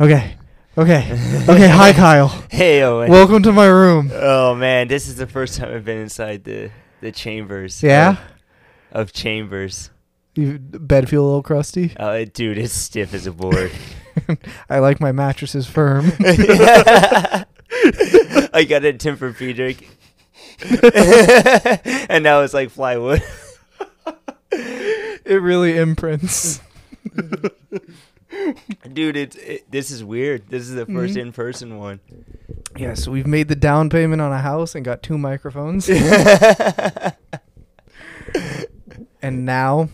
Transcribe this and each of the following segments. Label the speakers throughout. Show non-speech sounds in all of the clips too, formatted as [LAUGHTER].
Speaker 1: Okay. Okay. Okay. [LAUGHS] Hi,
Speaker 2: [LAUGHS]
Speaker 1: Kyle.
Speaker 2: Hey, Owen.
Speaker 1: Welcome to my room.
Speaker 2: Oh man, this is the first time I've been inside the the chambers.
Speaker 1: Yeah?
Speaker 2: Of, of chambers.
Speaker 1: You bed feel a little crusty.
Speaker 2: Oh, it- dude, it's stiff as a board.
Speaker 1: [LAUGHS] I like my mattresses firm. [LAUGHS]
Speaker 2: I got it tempered Pedic. [LAUGHS] and now it's like plywood. [LAUGHS]
Speaker 1: It really imprints.
Speaker 2: Dude, it's it, this is weird. This is the 1st
Speaker 1: Mhm. [LAUGHS]
Speaker 2: in-person one.
Speaker 1: Yeah, so we've made the down payment on a house and got two [LAUGHS] microphones. and now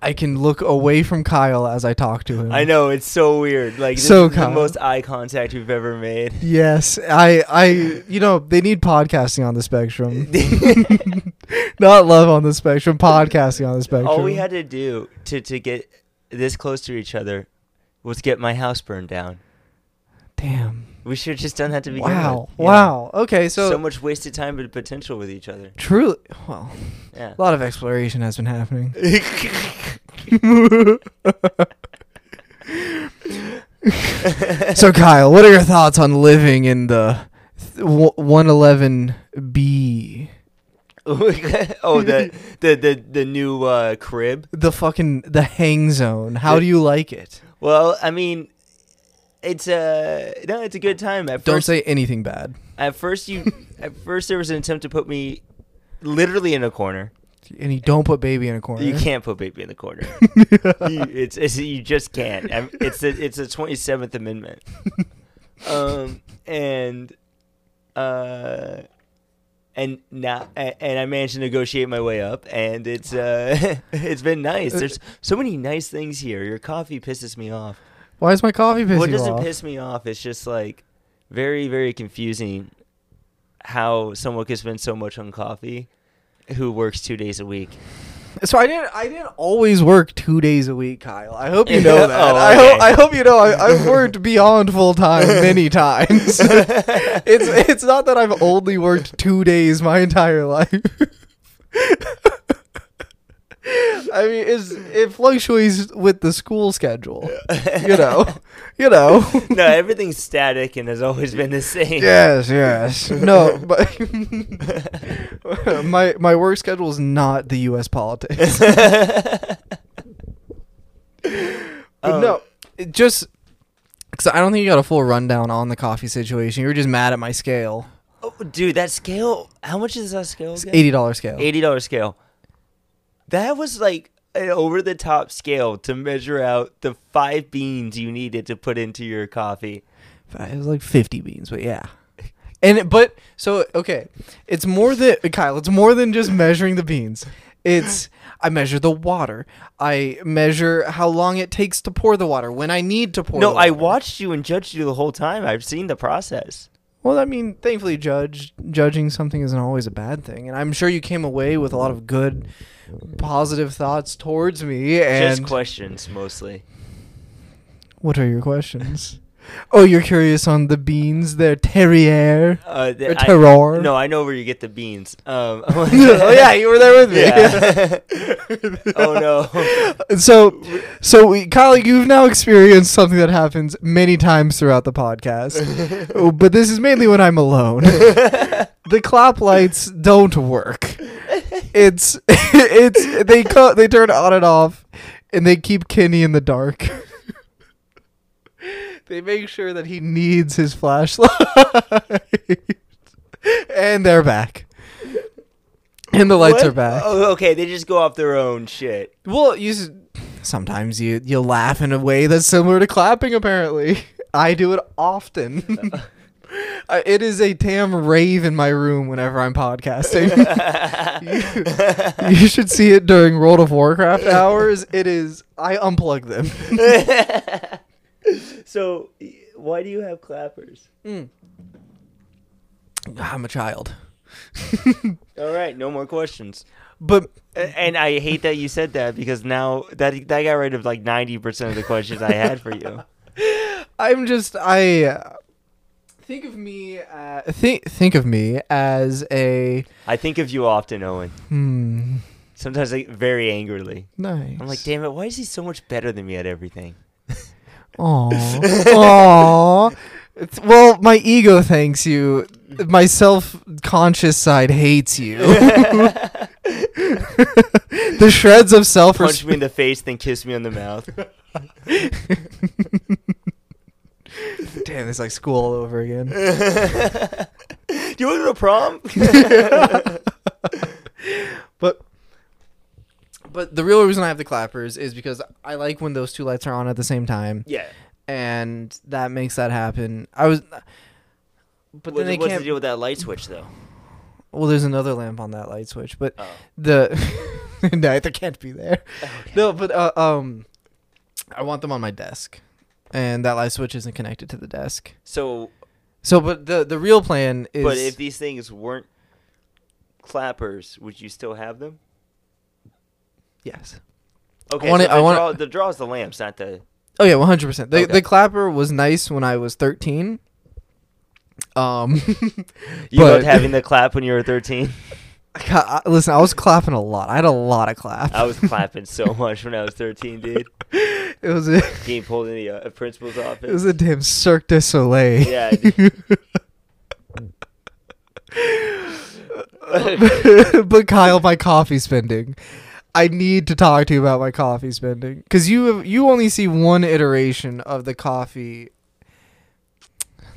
Speaker 1: I can look away from Kyle as I talk to him.
Speaker 2: I know it's so weird. Like this
Speaker 1: So
Speaker 2: is the
Speaker 1: Kyle.
Speaker 2: most eye contact we've ever made.
Speaker 1: Yes, I, I, you know, they need podcasting on the [LAUGHS] spectrum. Not love on the spectrum, podcasting on the spectrum.
Speaker 2: All we had to do to to get this close to each other was get my house burned down.
Speaker 1: Damn.
Speaker 2: We should have just done that to begin
Speaker 1: Wow.
Speaker 2: with. Yeah.
Speaker 1: Wow. Okay, so,
Speaker 2: So, much wasted time and potential with each other.
Speaker 1: truly, well,
Speaker 2: Yeah.
Speaker 1: a lot of exploration has been happening. so, Kyle, what are your thoughts on living in the one eleven B?
Speaker 2: [LAUGHS] oh, the the the the new uh, crib.
Speaker 1: The fucking the hang zone. How do you like it?
Speaker 2: Well, I mean, it's a no, it's a good time. At
Speaker 1: Don't
Speaker 2: first,
Speaker 1: say anything bad.
Speaker 2: at first you at first there was an attempt to put me literally in a corner.
Speaker 1: And you don't put baby in a corner. [LAUGHS]
Speaker 2: You can't put baby in the corner. you, it's, it's you just can't. I'm- It's a, it's a twenty seventh
Speaker 1: [LAUGHS]
Speaker 2: amendment. Um and uh and now a- and I managed to negotiate my way up, and it's uh [LAUGHS] it's been nice. There's so many nice things here. Your coffee pisses me off.
Speaker 1: Why is my coffee pissing
Speaker 2: what
Speaker 1: you
Speaker 2: doesn't
Speaker 1: off?
Speaker 2: piss me off is just like very very confusing how someone can spend so much on coffee who works two days a week
Speaker 1: So I didn't. I didn't always work two days a week, Kyle. I hope you know
Speaker 2: Oh,
Speaker 1: that. I hope.
Speaker 2: okay.
Speaker 1: I hope you know. I,
Speaker 2: [LAUGHS]
Speaker 1: I've worked beyond full time [LAUGHS] many times. [LAUGHS] it's it's not that I've only worked two days my entire life. [LAUGHS] I mean, it's it fluctuates with the school schedule. You [LAUGHS] know. You know.
Speaker 2: [LAUGHS] no, everything's static and has always been the same.
Speaker 1: [LAUGHS]
Speaker 2: [LAUGHS]
Speaker 1: Yes, yes. No, but [LAUGHS] my my work schedule is not the U.S.
Speaker 2: [LAUGHS]
Speaker 1: politics. But
Speaker 2: Um,
Speaker 1: no, it just because I don't think you got a full rundown on the coffee situation. You were just mad at my scale.
Speaker 2: [LAUGHS] Oh, dude, that scale. How much is that scale?
Speaker 1: It's
Speaker 2: Again?
Speaker 1: eighty dollar scale.
Speaker 2: Eighty dollar scale. That was like an over the top scale to measure out the five beans you needed to put into your coffee.
Speaker 1: It was like fifty beans, but yeah. [LAUGHS] And it- but so okay, it's more than Kyle. It's more than just measuring the beans. [LAUGHS] It's I measure the water. I measure how long it takes to pour the water when I need to pour.
Speaker 2: no,
Speaker 1: the
Speaker 2: I
Speaker 1: water.
Speaker 2: watched you and judged you the whole time. I've seen the process.
Speaker 1: Well, I mean, thankfully, judge judging something isn't always a bad thing, and I'm sure you came away with a lot of good, positive thoughts towards me. And
Speaker 2: Just questions mostly.
Speaker 1: what are your questions? [LAUGHS] oh, you're curious on the beans, their terrier.
Speaker 2: Uh, the,
Speaker 1: Or terroir.
Speaker 2: I, no, I know where you get the beans. Um, [LAUGHS]
Speaker 1: oh [LAUGHS] [LAUGHS] yeah, you were there with me.
Speaker 2: Yeah. [LAUGHS] oh no.
Speaker 1: And [LAUGHS] So, so we, Kyle, you've now experienced something that happens many times throughout the podcast, Oh, but this is mainly when I'm alone. the clap lights don't work. It's [LAUGHS] it's they co- they turn on and off, and they keep Kenny in the dark. [LAUGHS] they make sure that he needs his flashlight, [LAUGHS] and they're back. And the [LAUGHS] lights
Speaker 2: What?
Speaker 1: are back.
Speaker 2: Oh, okay, they just go off their own shit. [LAUGHS]
Speaker 1: Well, you s- sometimes you you laugh in a way that's similar to clapping. Apparently, [LAUGHS] I do it
Speaker 2: [LAUGHS]
Speaker 1: often. Uh, it is a damn rave in my room whenever I'm
Speaker 2: [LAUGHS]
Speaker 1: podcasting. you, [LAUGHS] you should see it during World of Warcraft hours. It is. I unplug [LAUGHS] them.
Speaker 2: So, y- why do you have clappers?
Speaker 1: Hmm. I'm a child,
Speaker 2: All right, no more questions.
Speaker 1: [LAUGHS] but
Speaker 2: A- And I hate that you said that because now that that got rid of like ninety percent of the questions I had for you.
Speaker 1: I'm just I uh, think of me. Uh, think think of me as a
Speaker 2: I think of you often, Owen.
Speaker 1: hmm,
Speaker 2: Sometimes like very angrily.
Speaker 1: nice. [LAUGHS]
Speaker 2: I'm like, damn it, why is he so much better than me at everything? [LAUGHS]
Speaker 1: Aw. Aw. It's- Well, my ego thanks you. My self conscious side hates you. [LAUGHS] the shreds of self
Speaker 2: Punch me in the face, then kiss me on the [LAUGHS] mouth.
Speaker 1: Damn, it's like school all over again.
Speaker 2: you want to go to prom?
Speaker 1: But but the real reason I have the clappers is because I like when those two lights are on at the same time,
Speaker 2: [LAUGHS] yeah.
Speaker 1: and that makes that happen. I was, but
Speaker 2: What-
Speaker 1: then they
Speaker 2: what's
Speaker 1: can't.
Speaker 2: the deal with that light switch though?
Speaker 1: Well, there's another lamp on that light switch, but
Speaker 2: Oh.
Speaker 1: the [LAUGHS] no, there can't be
Speaker 2: [LAUGHS]
Speaker 1: there. No, but uh, um, I want them on my desk, and that light switch isn't connected to the desk.
Speaker 2: So,
Speaker 1: So, but the the real plan is.
Speaker 2: but if these things weren't clappers, would you still have them?
Speaker 1: yes.
Speaker 2: Okay,
Speaker 1: wanna-
Speaker 2: so the,
Speaker 1: I wanna-
Speaker 2: draw, the draw is the lamps, not the.
Speaker 1: Oh yeah, one hundred percent. The
Speaker 2: Okay.
Speaker 1: the clapper was nice when I was thirteen. Um, [LAUGHS]
Speaker 2: You
Speaker 1: but-
Speaker 2: loved having the clap when you were 13.
Speaker 1: I ca- I- listen, I was clapping a lot. I had a lot of clap.
Speaker 2: I was
Speaker 1: [LAUGHS]
Speaker 2: clapping [LAUGHS] so much when I was 13, dude.
Speaker 1: it was a
Speaker 2: Getting pulled in the uh, principal's
Speaker 1: it was
Speaker 2: office.
Speaker 1: a damn Cirque du Soleil.
Speaker 2: Yeah, dude.
Speaker 1: [LAUGHS] but Kyle, my coffee spending. I need to talk to you about my coffee spending because you have, you only see one iteration of the coffee,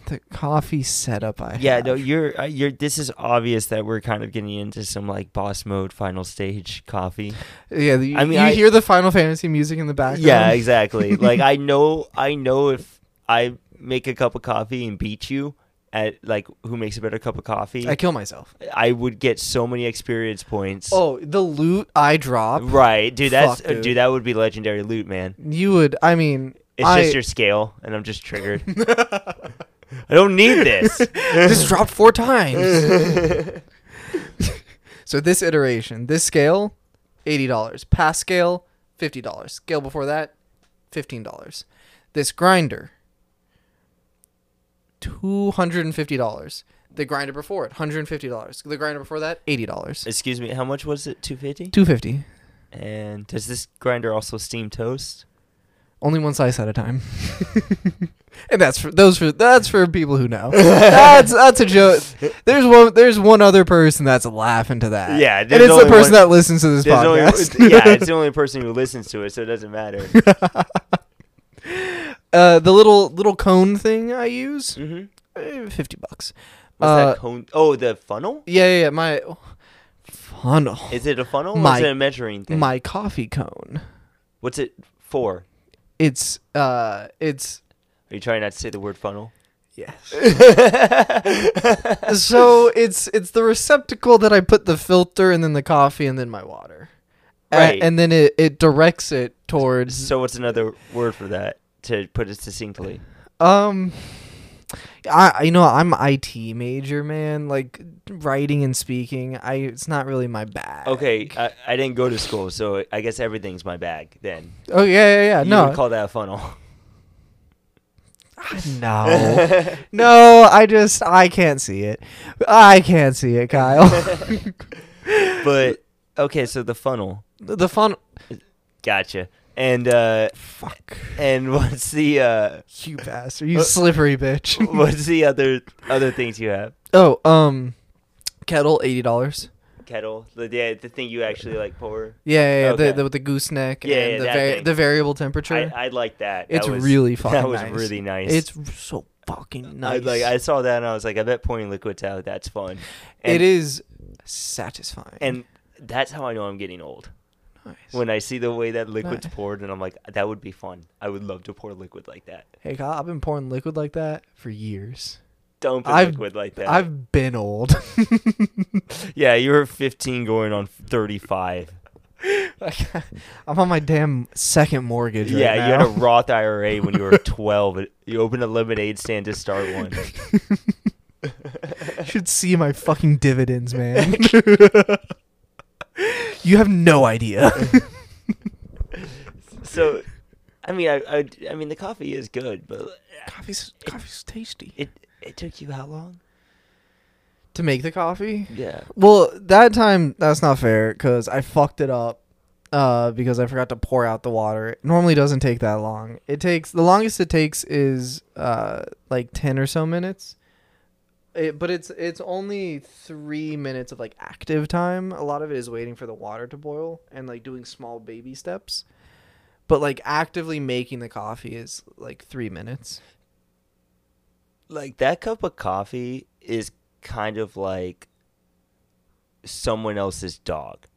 Speaker 1: the coffee setup. I
Speaker 2: yeah,
Speaker 1: have.
Speaker 2: no, you're uh, you're. This is obvious that we're kind of getting into some like boss mode, final stage coffee.
Speaker 1: yeah. The,
Speaker 2: I mean,
Speaker 1: you
Speaker 2: I-
Speaker 1: hear the Final Fantasy music in the background.
Speaker 2: Yeah, exactly. like I know, I know if I make a cup of coffee and beat you at like who makes a better cup of coffee,
Speaker 1: I
Speaker 2: I,
Speaker 1: kill myself.
Speaker 2: would get so many experience points.
Speaker 1: Oh, the loot I drop.
Speaker 2: right, dude. That's
Speaker 1: Fuck,
Speaker 2: uh,
Speaker 1: dude.
Speaker 2: dude. That would be legendary loot, man.
Speaker 1: You would. I mean,
Speaker 2: It's
Speaker 1: I
Speaker 2: just your scale, and I'm just
Speaker 1: [LAUGHS]
Speaker 2: triggered. I don't need this.
Speaker 1: this dropped four times.
Speaker 2: [LAUGHS]
Speaker 1: so this iteration, this scale, eighty dollars. Past scale, fifty dollars. Scale before that, fifteen dollars. This grinder, two hundred and fifty dollars. The grinder before it, hundred and fifty dollars. The grinder before that, eighty dollars.
Speaker 2: Excuse me. How much was it? Two fifty.
Speaker 1: Two fifty.
Speaker 2: And does this grinder also steam toast?
Speaker 1: Only one slice at a time. [LAUGHS] and that's for those for that's for people who
Speaker 2: [LAUGHS]
Speaker 1: know. that's that's a joke. There's one there's one other person that's laughing to that.
Speaker 2: Yeah,
Speaker 1: and
Speaker 2: there's
Speaker 1: it's the
Speaker 2: only
Speaker 1: person
Speaker 2: one-
Speaker 1: that listens to this
Speaker 2: There's only-
Speaker 1: podcast. [LAUGHS]
Speaker 2: yeah, it's the only person who listens to it, so it doesn't matter.
Speaker 1: uh, the little little cone thing I use,
Speaker 2: hmm
Speaker 1: eh, fifty bucks.
Speaker 2: What's
Speaker 1: Uh,
Speaker 2: that cone? Oh, the funnel?
Speaker 1: Yeah, yeah, yeah, my funnel,
Speaker 2: Is it a funnel or
Speaker 1: my-
Speaker 2: is it a measuring thing?
Speaker 1: my coffee cone.
Speaker 2: What's it for?
Speaker 1: It's uh, it's
Speaker 2: Are you trying not to say the
Speaker 1: [LAUGHS]
Speaker 2: word funnel?
Speaker 1: yes. so it's it's the receptacle that I put the filter and then the coffee and then my water. A-
Speaker 2: Right.
Speaker 1: and then it, it directs it towards
Speaker 2: So what's another word for that to put it succinctly?
Speaker 1: um I I- you know I'm IT major man like writing and speaking I it's not really my bag.
Speaker 2: Okay, I, I didn't go to school, so I guess everything's my bag then.
Speaker 1: Oh yeah yeah yeah.
Speaker 2: You
Speaker 1: No. Ah,
Speaker 2: would call that a funnel. [LAUGHS] [LAUGHS]
Speaker 1: no. no, I just I can't see it. I can't see it,
Speaker 2: [LAUGHS]
Speaker 1: Kyle.
Speaker 2: But okay, so the funnel.
Speaker 1: the fun
Speaker 2: Gotcha. And uh
Speaker 1: fuck
Speaker 2: and [LAUGHS] what's
Speaker 1: [LAUGHS]
Speaker 2: the uh
Speaker 1: you bastard. You slippery
Speaker 2: [LAUGHS]
Speaker 1: bitch.
Speaker 2: what's the other other things you have?
Speaker 1: Oh, um, kettle eighty dollars.
Speaker 2: Kettle, the yeah, the thing you actually like pour.
Speaker 1: Yeah, yeah, yeah
Speaker 2: Okay.
Speaker 1: the, the with the gooseneck
Speaker 2: Yeah,
Speaker 1: and
Speaker 2: yeah,
Speaker 1: the,
Speaker 2: that
Speaker 1: vari-
Speaker 2: thing.
Speaker 1: the variable temperature.
Speaker 2: I, I like that.
Speaker 1: it's
Speaker 2: [LAUGHS] that was,
Speaker 1: really fucking.
Speaker 2: That was
Speaker 1: nice.
Speaker 2: really nice.
Speaker 1: It's r- so fucking
Speaker 2: I,
Speaker 1: nice.
Speaker 2: like I saw that and I was like, I bet pouring liquids out. That's fun. And,
Speaker 1: it is satisfying.
Speaker 2: and that's how I know I'm getting old.
Speaker 1: nice.
Speaker 2: When I see the way that
Speaker 1: [LAUGHS]
Speaker 2: liquid's
Speaker 1: Nice.
Speaker 2: poured, and I'm like, that would be fun. I would love to pour liquid like that.
Speaker 1: hey, Kyle, I've been pouring liquid like that for years.
Speaker 2: Don't put
Speaker 1: I've-
Speaker 2: liquid like that.
Speaker 1: I've been old. [LAUGHS]
Speaker 2: yeah, you were 15 going on 35.
Speaker 1: Like, I'm on my damn second mortgage.
Speaker 2: yeah,
Speaker 1: right
Speaker 2: you had a
Speaker 1: now.
Speaker 2: Roth IRA
Speaker 1: [LAUGHS]
Speaker 2: when you were 12. You opened a lemonade stand to start one.
Speaker 1: You should see my fucking dividends,
Speaker 2: [LAUGHS]
Speaker 1: man. [LAUGHS] you have no
Speaker 2: [LAUGHS]
Speaker 1: idea.
Speaker 2: So, I mean, I, I, I mean, the coffee is good, but
Speaker 1: coffee's coffee's tasty.
Speaker 2: it it took you how long?
Speaker 1: To make the coffee?
Speaker 2: Yeah.
Speaker 1: Well, that time that's not fair because I fucked it up uh, because I forgot to pour out the water. It normally doesn't take that long. It takes the longest it takes is uh, like ten or so minutes. It, but it's it's only three minutes of like active time. A lot of it is waiting for the water to boil and like doing small baby steps. But like actively making the coffee is like three minutes. Oh,
Speaker 2: like that cup of coffee is kind of like someone else's dog.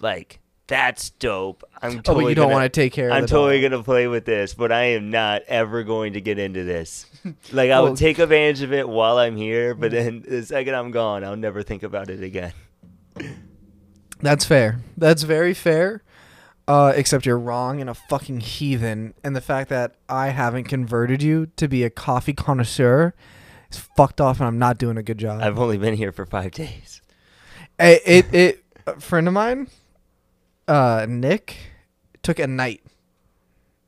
Speaker 2: Like that's dope. I'm
Speaker 1: Oh,
Speaker 2: totally.
Speaker 1: but you don't
Speaker 2: gonna-
Speaker 1: want to take care of.
Speaker 2: I'm
Speaker 1: the
Speaker 2: totally
Speaker 1: dog.
Speaker 2: gonna play with this, but I am not ever going to get
Speaker 1: [LAUGHS]
Speaker 2: into this. Like I
Speaker 1: Well-
Speaker 2: will take advantage of it while I'm here, but then the second I'm gone, I'll never think about it
Speaker 1: [LAUGHS]
Speaker 2: again.
Speaker 1: That's fair. That's very fair. Uh, except you're wrong and a fucking heathen, and the fact that I haven't converted you to be a coffee connoisseur is fucked off, and I'm not doing a good job.
Speaker 2: I've only been here for
Speaker 1: [LAUGHS]
Speaker 2: five days.
Speaker 1: I- it, it, a friend of mine, uh, Nick, took a night.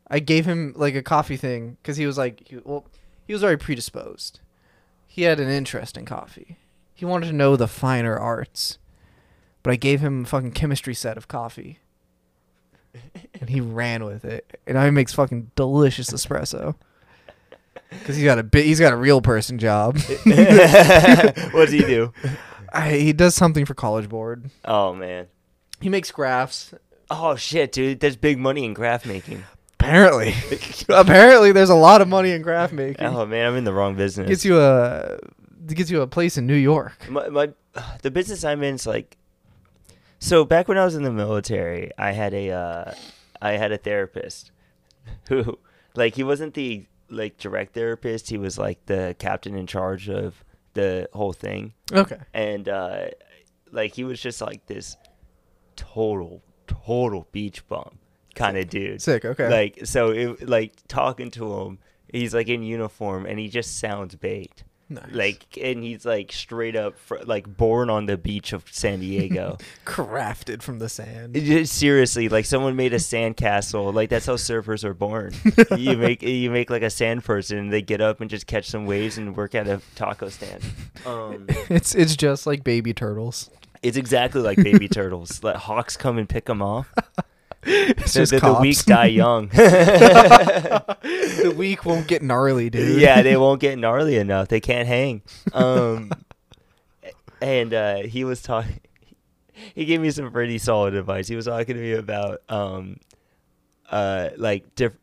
Speaker 1: I gave him like a coffee thing because he was like, he, well, he was already predisposed. He had an interest in coffee. He wanted to know the finer arts, but I gave him a fucking chemistry set of coffee, and he ran with it. And now he makes fucking delicious espresso. Cause he's got a bit, he's got a real person job.
Speaker 2: What's he do?
Speaker 1: I, he does something for College Board.
Speaker 2: Oh man.
Speaker 1: He makes graphs
Speaker 2: Oh shit, dude. There's big money in
Speaker 1: [LAUGHS]
Speaker 2: graph making.
Speaker 1: Apparently, apparently, there's a lot of money in graph making.
Speaker 2: Oh man, I'm in the wrong business.
Speaker 1: Gets you a gets you a place in New York.
Speaker 2: my, my the business I'm in is like so back when I was in the military, I had a uh, I had a therapist [LAUGHS] who like he wasn't the like direct therapist, he was like the captain in charge of the whole thing
Speaker 1: Okay.
Speaker 2: and uh, like he was just like this total total beach bum kind of dude.
Speaker 1: Sick, okay.
Speaker 2: Like so, it, like talking to him, he's like in uniform and he just sounds bait.
Speaker 1: Nice.
Speaker 2: Like and he's like straight up fr- like born on the beach of
Speaker 1: [LAUGHS]
Speaker 2: San Diego.
Speaker 1: Crafted from the sand.
Speaker 2: It just- Seriously, like someone made a sandcastle. Like that's how surfers
Speaker 1: [LAUGHS]
Speaker 2: are born. you make you make like a sand person, and they get up and just catch some waves and work at a taco stand. Um,
Speaker 1: It's it's just like baby
Speaker 2: [LAUGHS]
Speaker 1: turtles.
Speaker 2: It's exactly like
Speaker 1: [LAUGHS]
Speaker 2: baby turtles. Let hawks come and pick them off.
Speaker 1: It's
Speaker 2: The,
Speaker 1: just
Speaker 2: the, the weak
Speaker 1: cops.
Speaker 2: die
Speaker 1: [LAUGHS]
Speaker 2: young. [LAUGHS]
Speaker 1: the weak won't get gnarly, dude.
Speaker 2: [LAUGHS] yeah,
Speaker 1: [LAUGHS]
Speaker 2: they won't get gnarly enough. They can't hang. Um, and uh, he was talking. [LAUGHS] He gave me some pretty solid advice. He was talking to me about um, uh, like diff-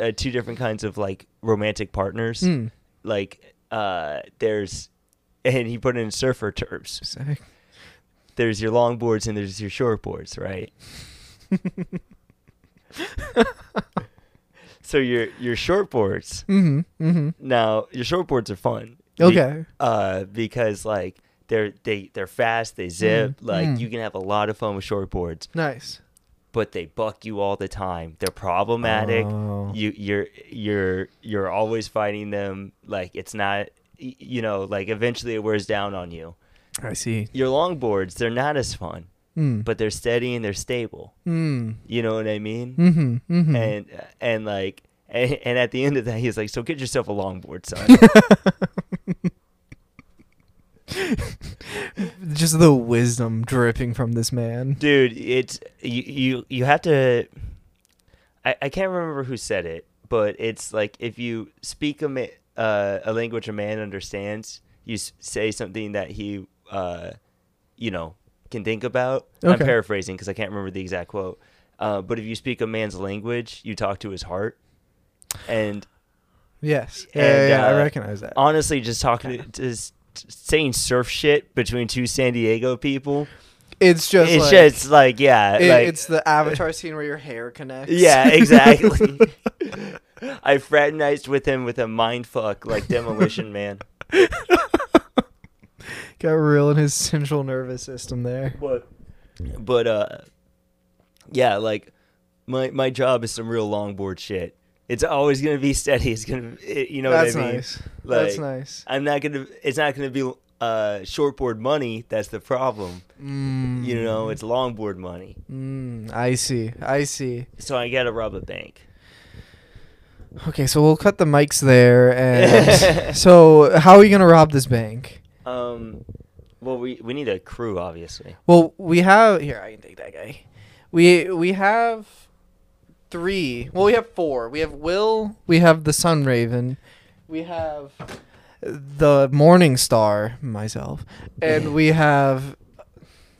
Speaker 2: uh, two different kinds of like romantic partners.
Speaker 1: Mm.
Speaker 2: Like uh, there's, [LAUGHS] and he put it in surfer terms.
Speaker 1: Sick.
Speaker 2: there's your long boards and there's your short boards,
Speaker 1: [LAUGHS]
Speaker 2: right? so your your short boards
Speaker 1: Mhm. Mhm.
Speaker 2: now your short boards are fun. Be-
Speaker 1: Okay.
Speaker 2: uh, because like they're they they're fast, they zip.
Speaker 1: Mm,
Speaker 2: Like
Speaker 1: mm.
Speaker 2: you can have a lot of fun with short boards,
Speaker 1: Nice.
Speaker 2: but they buck you all the time. They're problematic.
Speaker 1: Oh.
Speaker 2: You you're you're you're always fighting them. Like it's not y- you know like eventually it wears down on you.
Speaker 1: I see.
Speaker 2: Your long boards they're not as fun
Speaker 1: Mm.
Speaker 2: but they're steady and they're stable.
Speaker 1: Mm.
Speaker 2: You know what I mean?
Speaker 1: Mhm. Mhm.
Speaker 2: And and like and, and at the end of that, he's like, "So get yourself a longboard, son."
Speaker 1: just the wisdom dripping from this man.
Speaker 2: Dude, it's you you you have to. I I can't remember who said it, but it's like if you speak a ma- uh, a language a man understands, you s- say something that he uh, you know can think about. I'm
Speaker 1: Okay.
Speaker 2: paraphrasing because I can't remember the exact quote. Uh, but if you speak a man's language, you talk to his heart, and
Speaker 1: Yes. Yeah, yeah,
Speaker 2: And,
Speaker 1: yeah,
Speaker 2: uh,
Speaker 1: I recognize that.
Speaker 2: honestly just talking just saying surf shit between two San Diego people.
Speaker 1: It's just
Speaker 2: it's
Speaker 1: like,
Speaker 2: just like yeah,
Speaker 1: it-
Speaker 2: like
Speaker 1: it's the
Speaker 2: [LAUGHS]
Speaker 1: Avatar scene where your hair connects. [LAUGHS]
Speaker 2: yeah, exactly. I fraternized with him with a mind fuck
Speaker 1: [LAUGHS]
Speaker 2: like demolition man.
Speaker 1: Got real in his central nervous system there.
Speaker 2: But but uh yeah, like my my job is some real longboard shit. It's always going to be steady. It's going to you know
Speaker 1: That's
Speaker 2: what I mean?
Speaker 1: nice.
Speaker 2: Like,
Speaker 1: That's nice.
Speaker 2: I'm not going to it's not going to be uh shortboard money that's the problem.
Speaker 1: Mm,
Speaker 2: You know, it's longboard money.
Speaker 1: Mm, I see. I see.
Speaker 2: So I gotta rob a bank.
Speaker 1: Okay, so we'll cut the mics there. And
Speaker 2: [LAUGHS]
Speaker 1: so, how are you gonna rob this bank?
Speaker 2: Um, well, we we need a crew, obviously.
Speaker 1: Well, we have here. I can take that guy. We we have three. Well, we have four. We have Will. We have the Sun Raven. We have the Morning Star, myself, and we have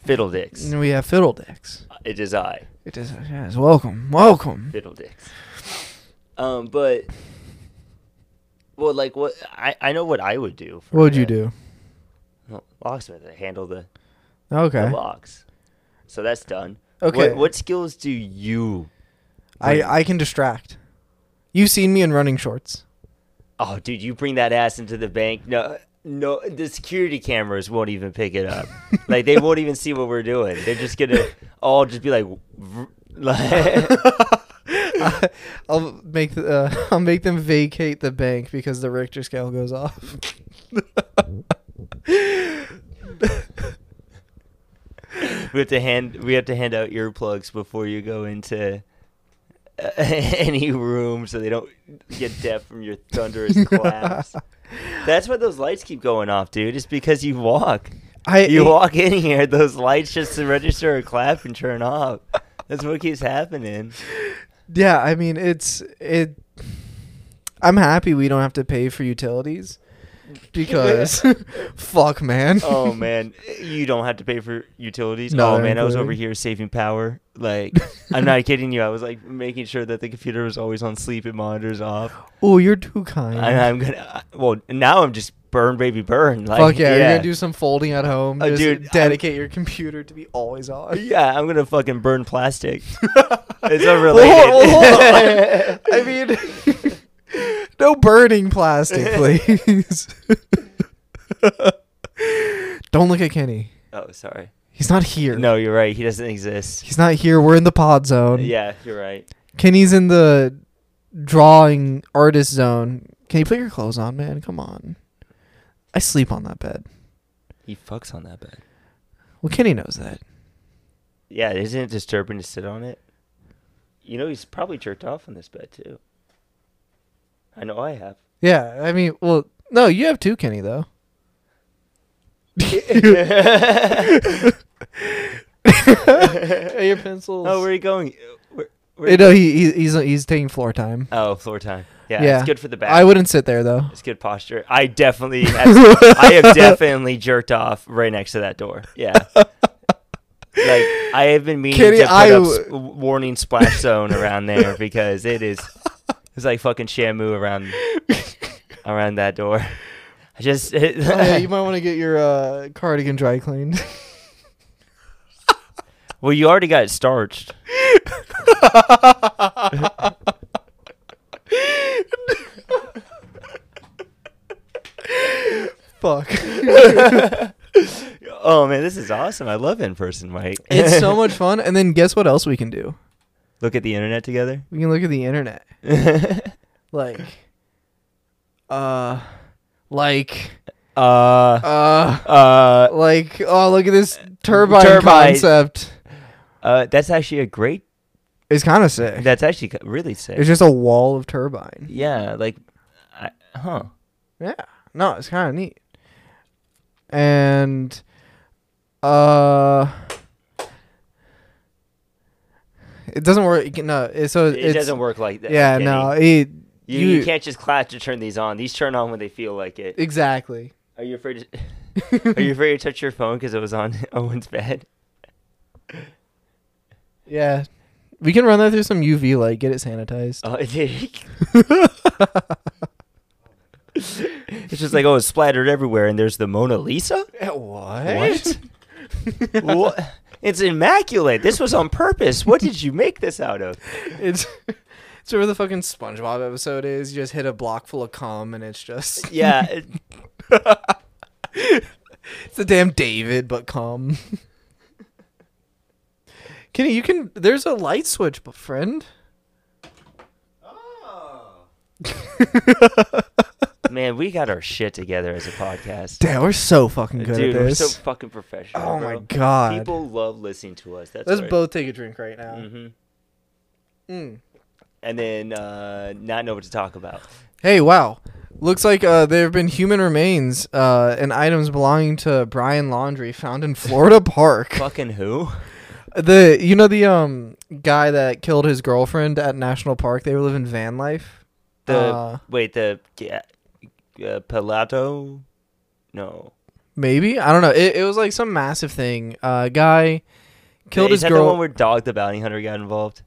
Speaker 2: Fiddledicks.
Speaker 1: and we have Fiddledicks.
Speaker 2: It is I.
Speaker 1: It is yes. Welcome, welcome.
Speaker 2: Fiddledicks. Um, but well, like what I I know what I would do. for
Speaker 1: What would you
Speaker 2: a-
Speaker 1: do?
Speaker 2: well, Locksmith. I handle the,
Speaker 1: Okay.
Speaker 2: the locks, so that's done.
Speaker 1: Okay.
Speaker 2: What, what skills do you?
Speaker 1: I I can distract. You've seen me in running shorts.
Speaker 2: Oh, dude, you bring that ass into the bank. No, no, the security cameras won't even pick it up. like they won't even see what we're doing. They're just gonna all just be like, "Vr," like
Speaker 1: [LAUGHS] I'll make the, uh, [LAUGHS] I'll make them vacate the bank because the Richter scale goes off.
Speaker 2: [LAUGHS] we have to hand we have to hand out earplugs before you go into uh, [LAUGHS] any room so they don't get deaf from your
Speaker 1: [LAUGHS]
Speaker 2: thunderous claps. That's why those lights keep going off, dude. It's because you walk.
Speaker 1: I
Speaker 2: You walk in here, those lights just to register a clap and turn off. That's what keeps happening.
Speaker 1: Yeah, I mean it's it. I'm happy we don't have to pay for utilities
Speaker 2: [LAUGHS]
Speaker 1: because [LAUGHS] fuck man. [LAUGHS]
Speaker 2: Oh man, you don't have to pay for utilities.
Speaker 1: No,
Speaker 2: oh
Speaker 1: they're
Speaker 2: man, I was over
Speaker 1: included.
Speaker 2: here saving power. Like
Speaker 1: [LAUGHS]
Speaker 2: I'm not kidding you. I was like making sure that the computer was always on sleep and monitors off.
Speaker 1: oh, you're too kind.
Speaker 2: And I'm gonna. uh, Well, now I'm just burn baby burn. Like,
Speaker 1: fuck yeah, you're gonna do some folding at home.
Speaker 2: Uh,
Speaker 1: just
Speaker 2: dude, I'm-
Speaker 1: dedicate your computer to be always on.
Speaker 2: Yeah, I'm gonna fucking
Speaker 1: [LAUGHS]
Speaker 2: burn plastic. it's unrelated.
Speaker 1: Well, hold,
Speaker 2: [LAUGHS]
Speaker 1: well, hold on. I mean, [LAUGHS] no burning plastic,
Speaker 2: [LAUGHS]
Speaker 1: please. [LAUGHS] Don't look at Kenny.
Speaker 2: oh, sorry.
Speaker 1: He's not here.
Speaker 2: No, you're right. He doesn't exist.
Speaker 1: He's not here. We're in the pod zone.
Speaker 2: Yeah, you're right.
Speaker 1: Kenny's in the drawing artist zone. Can you put your clothes on, man? Come on. I sleep on that bed.
Speaker 2: He fucks on that bed.
Speaker 1: Well, Kenny knows that.
Speaker 2: Yeah, isn't it disturbing to sit on it? You know, he's probably jerked off on this bed too. I know I have.
Speaker 1: Yeah, I mean, well, no, you have two Kenny though. your pencils.
Speaker 2: Oh, where are you going? Where, where
Speaker 1: You know, he, he he's he's taking floor time.
Speaker 2: oh, floor time. Yeah,
Speaker 1: Yeah.
Speaker 2: it's good for the back.
Speaker 1: I wouldn't sit there though.
Speaker 2: It's good posture. I definitely, have,
Speaker 1: [LAUGHS]
Speaker 2: I have definitely jerked off right next to that door.
Speaker 1: [LAUGHS]
Speaker 2: Yeah. like I have been meaning
Speaker 1: Kenny,
Speaker 2: to put
Speaker 1: I
Speaker 2: up
Speaker 1: w-
Speaker 2: s- warning splash zone around there because it is, it's like fucking
Speaker 1: [LAUGHS]
Speaker 2: Shamu around, around that door. I
Speaker 1: [LAUGHS]
Speaker 2: just, [LAUGHS]
Speaker 1: Oh, yeah, you might want to get your uh, cardigan dry [LAUGHS] cleaned.
Speaker 2: well, you already got it starched.
Speaker 1: Fuck.
Speaker 2: Oh man, this is awesome. I love in person, Mike.
Speaker 1: it's [LAUGHS]
Speaker 2: [LAUGHS]
Speaker 1: so much fun. And then guess what else we can do?
Speaker 2: Look at the internet together.
Speaker 1: We can look at the internet.
Speaker 2: [LAUGHS]
Speaker 1: Like, uh, like,
Speaker 2: Uh,
Speaker 1: uh,
Speaker 2: uh,
Speaker 1: like, oh, look at this turbine,
Speaker 2: Turbine.
Speaker 1: concept.
Speaker 2: uh, that's actually a great.
Speaker 1: It's kind of sick.
Speaker 2: That's actually co- really sick.
Speaker 1: It's just a wall of turbine.
Speaker 2: Yeah, like, I, huh?
Speaker 1: Yeah. No, it's kind of neat. And uh it doesn't work it can- no, it, so
Speaker 2: It
Speaker 1: it's,
Speaker 2: doesn't work like that.
Speaker 1: Yeah,
Speaker 2: Kenny.
Speaker 1: no. It,
Speaker 2: You, you
Speaker 1: you-
Speaker 2: can't just clap to turn these on. These turn on when they feel like it.
Speaker 1: exactly.
Speaker 2: Are you afraid?
Speaker 1: [LAUGHS]
Speaker 2: To, are you afraid to touch your phone because it was on [LAUGHS] Owen's bed?
Speaker 1: Yeah. We can run that through some UV light, get it sanitized.
Speaker 2: Oh,
Speaker 1: [LAUGHS]
Speaker 2: it did. it's just like oh, it's splattered everywhere, and there's the Mona Lisa.
Speaker 1: Eh, What?
Speaker 2: [LAUGHS] what? It's immaculate. This was on purpose. What did you make this out of?
Speaker 1: [LAUGHS] it's it's where the fucking SpongeBob episode is. You just hit a block full of cum and it's just
Speaker 2: Yeah, it-
Speaker 1: [LAUGHS] It's the damn David, but cum. [LAUGHS] Kenny, you can. There's a light switch, but friend. Oh.
Speaker 2: man, we got our shit together as a podcast.
Speaker 1: Damn, we're so fucking good
Speaker 2: Dude,
Speaker 1: at
Speaker 2: we're
Speaker 1: this.
Speaker 2: so fucking professional.
Speaker 1: oh my
Speaker 2: bro.
Speaker 1: god.
Speaker 2: People love listening to us. That's
Speaker 1: Let's
Speaker 2: right.
Speaker 1: both take a drink right now.
Speaker 2: Mhm.
Speaker 1: Mm.
Speaker 2: And then uh, not know what to
Speaker 1: [LAUGHS]
Speaker 2: talk about.
Speaker 1: Hey, wow. Looks like uh, there have been human remains uh, and items belonging to Brian Laundry found in Florida Park.
Speaker 2: Fucking who?
Speaker 1: The you know the um guy that killed his girlfriend at national park. They were living van life.
Speaker 2: The
Speaker 1: Uh,
Speaker 2: wait, the yeah, uh, Palato? No.
Speaker 1: Maybe I don't know. It, it was like some massive thing. Uh, guy killed
Speaker 2: Is
Speaker 1: his
Speaker 2: that
Speaker 1: girl.
Speaker 2: the one where Dog the Bounty Hunter got involved?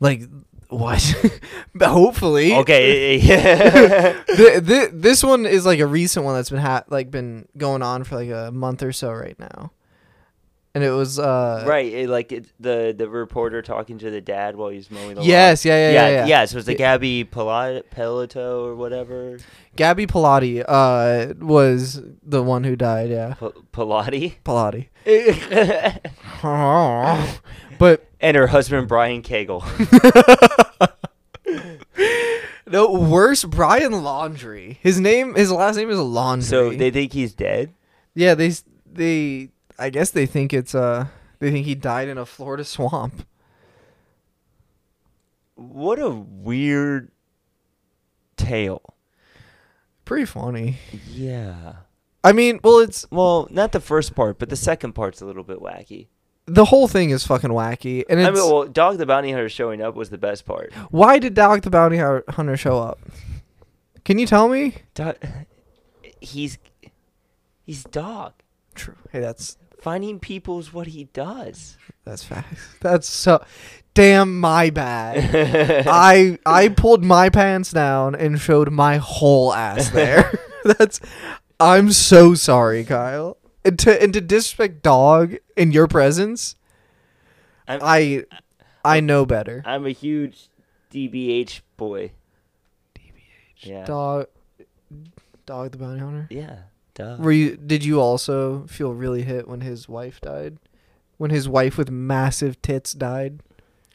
Speaker 1: like what? [LAUGHS] But Hopefully, [LAUGHS]
Speaker 2: Okay. yeah.
Speaker 1: Th th this one is like a recent one that's been ha- like been going on for like a month or so right now, and it was uh
Speaker 2: right. It, like it, the the reporter talking to the dad while he's mowing the lawn.
Speaker 1: Yes, yeah, yeah, yeah, yeah.
Speaker 2: So it's the Gabby Pala- Pelato or whatever.
Speaker 1: Gabby Pilati uh was the one who died. Yeah,
Speaker 2: P- Pilati. [LAUGHS]
Speaker 1: Pilati.
Speaker 2: and
Speaker 1: but
Speaker 2: her husband
Speaker 1: [LAUGHS]
Speaker 2: Brian Cagle.
Speaker 1: no worse, Brian Laundry. His name, his last name is Laundry.
Speaker 2: so they think he's dead.
Speaker 1: yeah, they s- they I guess they think it's uh they think he died in a Florida swamp.
Speaker 2: What a weird tale.
Speaker 1: Pretty funny.
Speaker 2: Yeah.
Speaker 1: I mean, well, it's
Speaker 2: Well, not the first part, but the second part's a little bit wacky.
Speaker 1: the whole thing is fucking wacky, and it's
Speaker 2: I mean, well, Dog the Bounty Hunter showing up was the best part.
Speaker 1: why did Dalek the Bounty Hu- Hunter show up? Can you tell me?
Speaker 2: Dog, [LAUGHS] he's he's Dog.
Speaker 1: True. Hey, that's
Speaker 2: Finding people is what he [LAUGHS] does.
Speaker 1: that's facts. [LAUGHS] That's so damn my bad.
Speaker 2: [LAUGHS]
Speaker 1: I I pulled my pants down and showed my whole
Speaker 2: [LAUGHS]
Speaker 1: ass there. [LAUGHS] That's I'm so sorry, Kyle. And to and to disrespect dog in your presence,
Speaker 2: I'm-
Speaker 1: I I know better.
Speaker 2: I'm a huge DBH boy. DBH. Yeah.
Speaker 1: Dog Dog the Bounty Hunter.
Speaker 2: Yeah. Dog.
Speaker 1: Were you did you also feel really hit when his wife died? When his wife with massive tits died?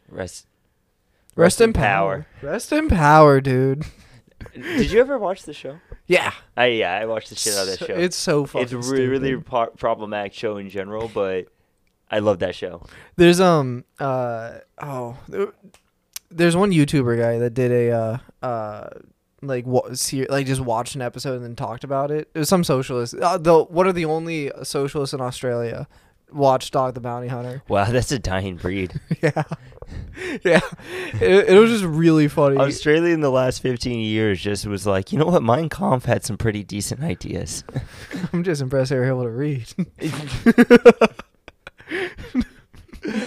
Speaker 2: Rest.
Speaker 1: Rest, in power. Rest in power, dude. [LAUGHS]
Speaker 2: Did you ever watch the show?
Speaker 1: Yeah.
Speaker 2: I yeah, I watched the shit out of that
Speaker 1: So-
Speaker 2: show.
Speaker 1: It's so fucking
Speaker 2: it's a really really
Speaker 1: stupid.
Speaker 2: pro- problematic show in general, but I love that show.
Speaker 1: There's um uh oh there- there's one YouTuber guy that did a uh uh like what ser- like just watched an episode and then talked about it. It was some socialist. Uh, the one of the only socialists in Australia watched Dog the Bounty Hunter. [LAUGHS]
Speaker 2: Wow, that's a dying breed.
Speaker 1: yeah, [LAUGHS] yeah. It, it was just really funny.
Speaker 2: [LAUGHS] Australia in the last 15 years just was like, you know what? Mein Kampf had some pretty decent ideas.
Speaker 1: I'm just impressed they were able to read.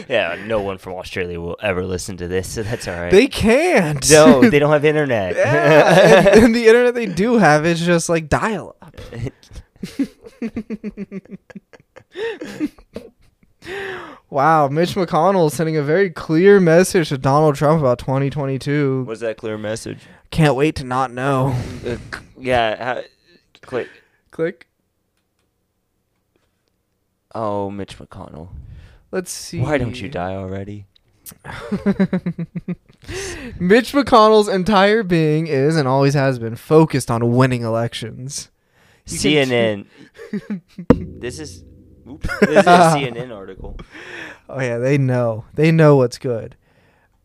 Speaker 2: yeah, no one from Australia will ever listen to this, so that's all right.
Speaker 1: They can't. [LAUGHS]
Speaker 2: no, they don't have internet.
Speaker 1: yeah, and, and the internet they do have is just like dial up. wow, Mitch McConnell is sending a very clear message to Donald Trump about 2022.
Speaker 2: [LAUGHS] Was that clear message?
Speaker 1: Can't wait to not know.
Speaker 2: Uh, c- yeah. How, click.
Speaker 1: Click.
Speaker 2: Oh, Mitch McConnell.
Speaker 1: Let's see.
Speaker 2: Why don't you die already?
Speaker 1: [LAUGHS] Mitch McConnell's entire being is and always has been focused on winning elections. You can-
Speaker 2: CNN.
Speaker 1: [LAUGHS]
Speaker 2: this is. Oops, this is a CNN article.
Speaker 1: Oh yeah, they know. They know what's good.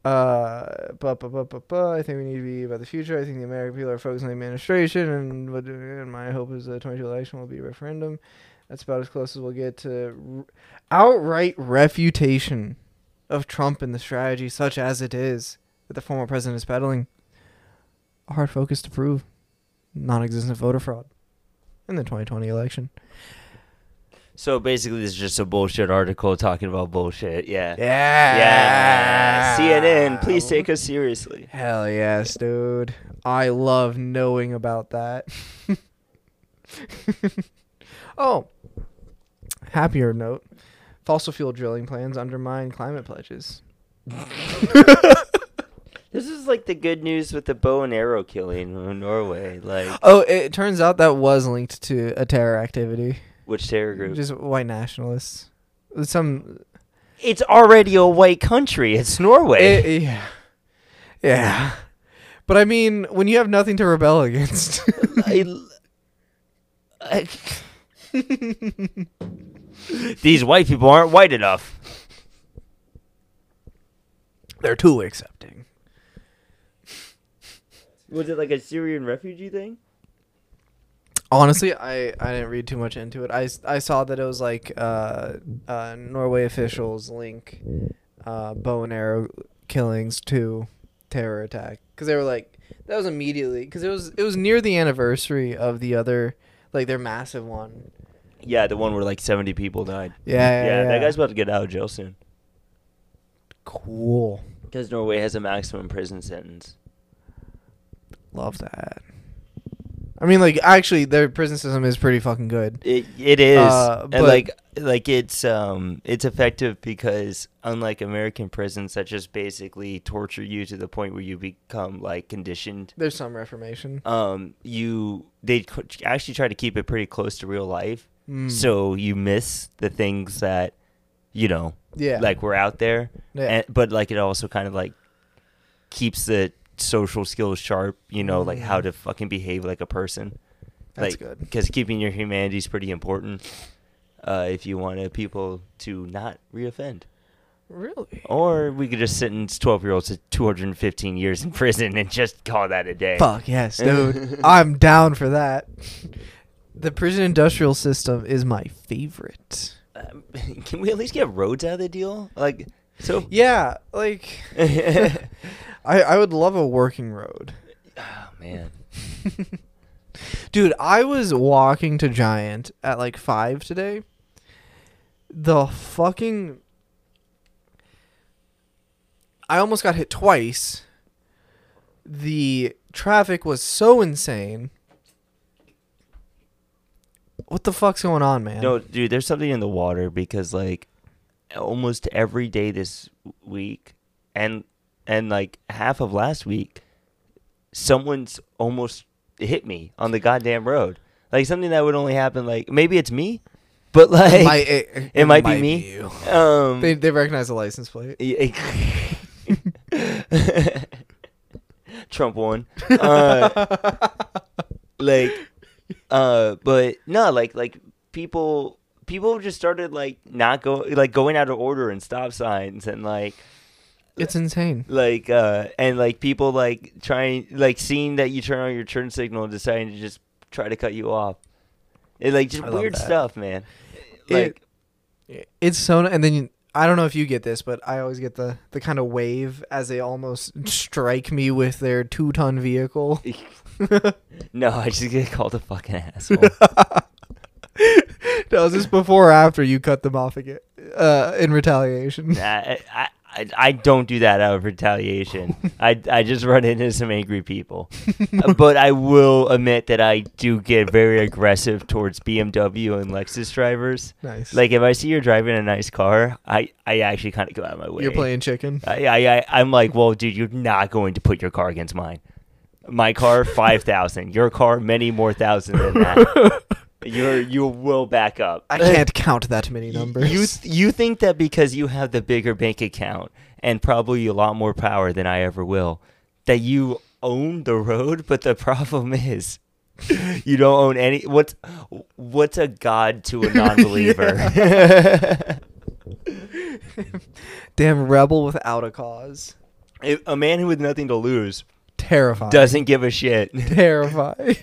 Speaker 1: Uh, bu- bu- bu- bu- bu, I think we need to be about the future. I think the American people are focused on the administration, and, what, and my hope is the 22 election will be a referendum. That's about as close as we'll get to r- outright refutation of Trump and the strategy, such as it is that the former president is peddling. A hard focus to prove non-existent voter fraud in the 2020 election.
Speaker 2: So basically, this is just a bullshit article talking about bullshit. Yeah.
Speaker 1: Yeah.
Speaker 2: Yeah. CNN, please take us seriously.
Speaker 1: Hell yes, dude. I love knowing about that. [LAUGHS] oh, happier note. Fossil fuel drilling plans undermine climate pledges.
Speaker 2: This is like the good news with the bow and arrow killing in Norway. Like,
Speaker 1: Oh, it turns out that was linked to a terror activity.
Speaker 2: which terror group?
Speaker 1: Just white nationalists. Some.
Speaker 2: It's already a white country. It's Norway.
Speaker 1: eh, yeah. Yeah. But I mean, when you have nothing to rebel against. [LAUGHS]
Speaker 2: I- I- These white people aren't white enough.
Speaker 1: They're too accepting.
Speaker 2: Was it like a Syrian refugee thing?
Speaker 1: Honestly, I, I didn't read too much into it. I, s- I saw that it was like uh, uh, Norway officials link uh, bow and arrow killings to terror attack because they were like that was immediately because it was it was near the anniversary of the other like their massive one.
Speaker 2: Yeah, the one where like 70 people died.
Speaker 1: Yeah, yeah,
Speaker 2: that
Speaker 1: yeah.
Speaker 2: guy's about to get out of jail soon.
Speaker 1: cool.
Speaker 2: Because Norway has a maximum prison sentence.
Speaker 1: Love that. I mean, like actually, their prison system is pretty fucking good.
Speaker 2: It it is,
Speaker 1: Uh,
Speaker 2: and
Speaker 1: but-
Speaker 2: like like it's um it's effective because unlike American prisons that just basically torture you to the point where you become like conditioned.
Speaker 1: There's some reformation.
Speaker 2: Um, you they co- actually try to keep it pretty close to real life,
Speaker 1: Mm.
Speaker 2: so you miss the things that you know,
Speaker 1: Yeah.
Speaker 2: like were out there.
Speaker 1: Yeah.
Speaker 2: And, but like it also kind of like keeps the social skills sharp. You know, like how
Speaker 1: Mm.
Speaker 2: to fucking behave like a person.
Speaker 1: That's
Speaker 2: like,
Speaker 1: good.
Speaker 2: Because keeping your humanity is pretty important uh, if you want uh, people to not reoffend.
Speaker 1: Really?
Speaker 2: Or we could just sentence 12 year olds to 215 years in prison and just call that a day.
Speaker 1: Fuck
Speaker 2: [LAUGHS]
Speaker 1: yes, dude. I'm down for that. The prison industrial system is my favorite.
Speaker 2: Um, [LAUGHS] can we at least get roads out of the deal? Like, so.
Speaker 1: Yeah, like [LAUGHS] I I would love a working road.
Speaker 2: Oh, man.
Speaker 1: [LAUGHS] Dude, I was walking to Giant at like 5 today. The fucking I almost got hit twice. The traffic was so insane. What the fuck's going on, man?
Speaker 2: No, dude, there's something in the water because, like, almost every day this week and, and like, half of last week, someone's almost hit me on the goddamn road. Like something that would only happen like maybe it's me, but like
Speaker 1: it
Speaker 2: it
Speaker 1: might,
Speaker 2: might,
Speaker 1: it, it might
Speaker 2: be me.
Speaker 1: you.
Speaker 2: um
Speaker 1: They they recognize the license plate.
Speaker 2: y- y- [LAUGHS]
Speaker 1: [LAUGHS]
Speaker 2: Trump won. Uh,
Speaker 1: [LAUGHS]
Speaker 2: like uh but no, like like people people just started like not go like going out of order and stop signs and like
Speaker 1: It's insane.
Speaker 2: like uh and like people like trying like seeing that you turn on your turn signal and deciding to just try to cut you off it like just
Speaker 1: I love
Speaker 2: weird
Speaker 1: that.
Speaker 2: stuff
Speaker 1: [LAUGHS]
Speaker 2: man [LAUGHS]
Speaker 1: It-
Speaker 2: like
Speaker 1: It's so, and then you, I don't know if you get this, but I always get the the kind of wave as they almost strike me with their two ton vehicle.
Speaker 2: [LAUGHS] no
Speaker 1: [LAUGHS]
Speaker 2: i just get called a fucking asshole
Speaker 1: No, is this before or after you cut them off again uh, in retaliation?
Speaker 2: I, I, I- I don't do that out of
Speaker 1: [LAUGHS]
Speaker 2: retaliation I, I just run into some angry people Uh, but i will admit that i do get very aggressive towards bmw and lexus drivers
Speaker 1: Nice.
Speaker 2: like if i see you're driving a nice car i, I actually kind of go out of my way Uh,
Speaker 1: you're playing chicken.
Speaker 2: I, I, I, I'm like, well, dude, you're not going to put your car against mine. My
Speaker 1: [LAUGHS]
Speaker 2: car, five thousand. Your car, many more thousand than
Speaker 1: [LAUGHS]
Speaker 2: that. You're, you will back up.
Speaker 1: I can't count that many
Speaker 2: You-
Speaker 1: numbers.
Speaker 2: You, th- you think that because you have the bigger bank account and probably a lot more power than I ever will, that you own the road. But the problem [LAUGHS] is, you don't own any. What's, what's a god to
Speaker 1: [LAUGHS]
Speaker 2: a non-believer?
Speaker 1: [LAUGHS] Damn rebel without a cause.
Speaker 2: A- a man who with nothing to lose
Speaker 1: Terrifying. [LAUGHS]
Speaker 2: doesn't give a shit.
Speaker 1: terrifying.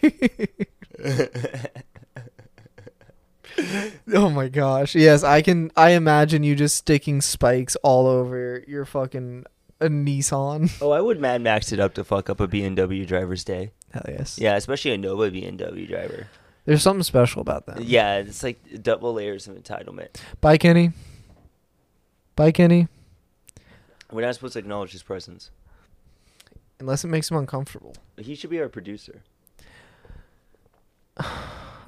Speaker 1: [LAUGHS] oh my gosh. Yes, I can I imagine you just sticking spikes all over your fucking a Nissan.
Speaker 2: [LAUGHS] Oh, I would Mad Max it up to fuck up a BMW driver's day.
Speaker 1: [LAUGHS] Hell yes.
Speaker 2: Yeah, especially a Nova BMW driver.
Speaker 1: There's something special about that.
Speaker 2: Yeah, it's like double layers of entitlement.
Speaker 1: Bye Kenny. Bye Kenny.
Speaker 2: We're not supposed to acknowledge his presence.
Speaker 1: Unless it makes him uncomfortable.
Speaker 2: He should be our producer.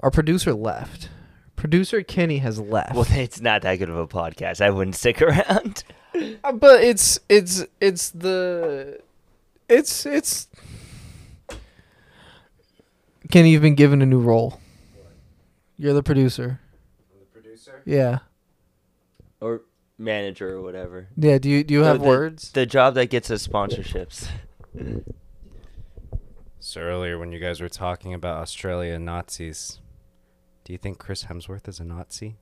Speaker 1: Our producer left. Producer Kenny has left.
Speaker 2: [LAUGHS] Well, it's not that good of a podcast. I wouldn't stick around. [LAUGHS]
Speaker 1: Uh, but it's it's it's the it's it's Kenny, you've been given a new role. You're the producer. the producer. Yeah,
Speaker 2: Or manager or whatever.
Speaker 1: yeah. Do you do you have
Speaker 2: the,
Speaker 1: words?
Speaker 2: The job that gets us sponsorships.
Speaker 3: So earlier, when you guys were talking about Australia and Nazis, do you think Chris Hemsworth is a Nazi?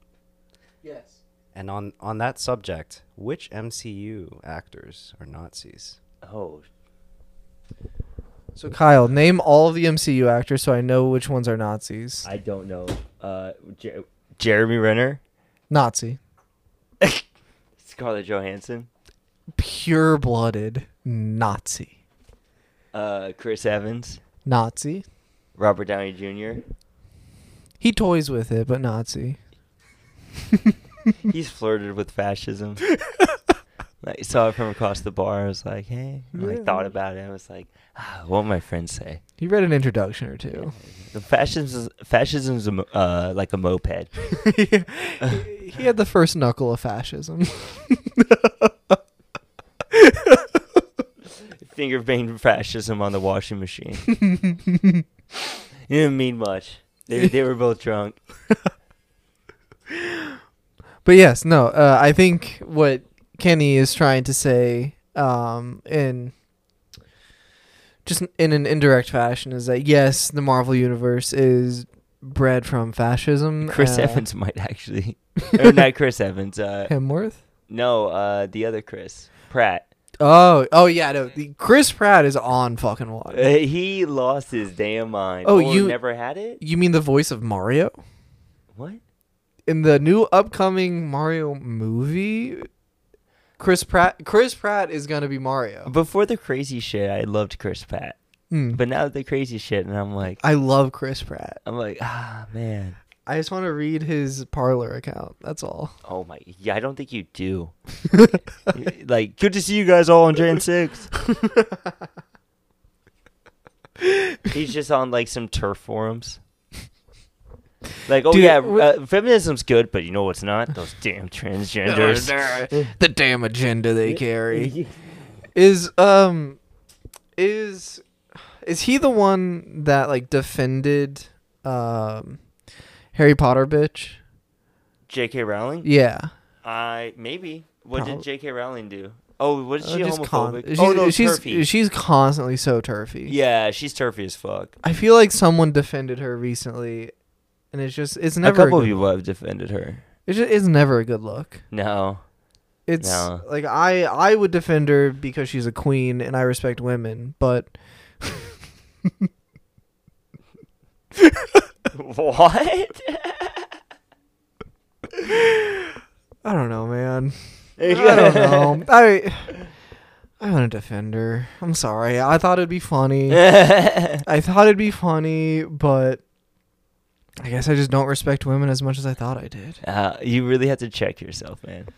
Speaker 1: Yes.
Speaker 3: And on on that subject, which MCU actors are Nazis?
Speaker 2: Oh.
Speaker 1: So Kyle, name all of the MCU actors so I know which ones are Nazis.
Speaker 4: I don't know. Uh, Jer-
Speaker 2: Jeremy Renner,
Speaker 1: Nazi.
Speaker 2: Scarlett Johansson,
Speaker 1: Pure blooded Nazi.
Speaker 2: uh, Chris Evans,
Speaker 1: Nazi.
Speaker 2: Robert Downey Jr.
Speaker 1: He toys with it, but Nazi.
Speaker 2: He's flirted with
Speaker 1: [LAUGHS]
Speaker 2: fascism. I saw it from across the bar. I was like, hey. And I
Speaker 1: Yeah.
Speaker 2: thought about it. I was like, ah, what would my friends say?
Speaker 1: He read an introduction or two.
Speaker 2: The fascism, fascism's a, mo- uh, like a moped.
Speaker 1: he, [LAUGHS] he had the first knuckle of fascism. [LAUGHS]
Speaker 2: Finger vein fascism on the washing machine. it didn't mean much. They, they were
Speaker 1: [LAUGHS]
Speaker 2: both drunk.
Speaker 1: But yes, no, uh, I think what Kenny is trying to say um, in just in an indirect fashion is that yes, the Marvel universe is bred from fascism.
Speaker 2: Chris
Speaker 1: uh, [LAUGHS]
Speaker 2: Evans might actually, or not Chris Evans. Uh,
Speaker 1: Hemworth.
Speaker 2: no, uh, the other Chris Pratt.
Speaker 1: Oh, oh yeah, no. The, Chris Pratt is on fucking one.
Speaker 2: Uh, he lost his damn mind.
Speaker 1: Oh,
Speaker 2: Or
Speaker 1: you-
Speaker 2: never had it?
Speaker 1: You mean the voice of Mario
Speaker 2: What?
Speaker 1: in the new upcoming Mario movie? Chris Pratt. Chris Pratt is gonna be Mario.
Speaker 2: Before the crazy shit, I loved Chris Pratt,
Speaker 1: Hmm.
Speaker 2: but now the crazy shit, and I'm like,
Speaker 1: I love Chris Pratt.
Speaker 2: I'm like, ah, man.
Speaker 1: I just want to read his parlor account. That's all.
Speaker 2: Oh my, yeah, I don't think you do. [LAUGHS] like, good to see you guys all on
Speaker 1: [LAUGHS]
Speaker 2: Jan Six. He's just on like some turf forums. Like, oh
Speaker 1: Dude,
Speaker 2: yeah,
Speaker 1: wh-
Speaker 2: uh, feminism's good, but you know
Speaker 1: [LAUGHS]
Speaker 2: what's not? Those damn transgenders.
Speaker 1: the damn agenda they carry
Speaker 2: [LAUGHS]
Speaker 1: is um is is he the one that like defended um Harry Potter bitch?
Speaker 2: J.K. Rowling.
Speaker 1: Yeah.
Speaker 2: I maybe. What
Speaker 1: Prob-
Speaker 2: did J.K. Rowling do? Oh, was
Speaker 1: Uh,
Speaker 2: she
Speaker 1: just con-
Speaker 2: homophobic?
Speaker 1: she's,
Speaker 2: oh no,
Speaker 1: she's
Speaker 2: turfy.
Speaker 1: she's constantly so turfy.
Speaker 2: yeah, she's turfy as fuck.
Speaker 1: I feel like someone defended her recently and it's just it's
Speaker 2: A
Speaker 1: never a
Speaker 2: couple of
Speaker 1: good-
Speaker 2: people have defended her.
Speaker 1: it's, just, it's never a good look. [LAUGHS]
Speaker 2: No,
Speaker 1: It's
Speaker 2: No.
Speaker 1: like I I would defend her because she's a queen and I respect women, but
Speaker 2: [LAUGHS] what?
Speaker 1: I don't know, man.
Speaker 2: [LAUGHS]
Speaker 1: I don't know. I I want to defend her. I'm sorry. I thought it'd be
Speaker 2: Eh.
Speaker 1: funny. I thought it'd be funny, but I guess I just don't respect women as much as I thought I did.
Speaker 2: Uh, you really have to check yourself, man.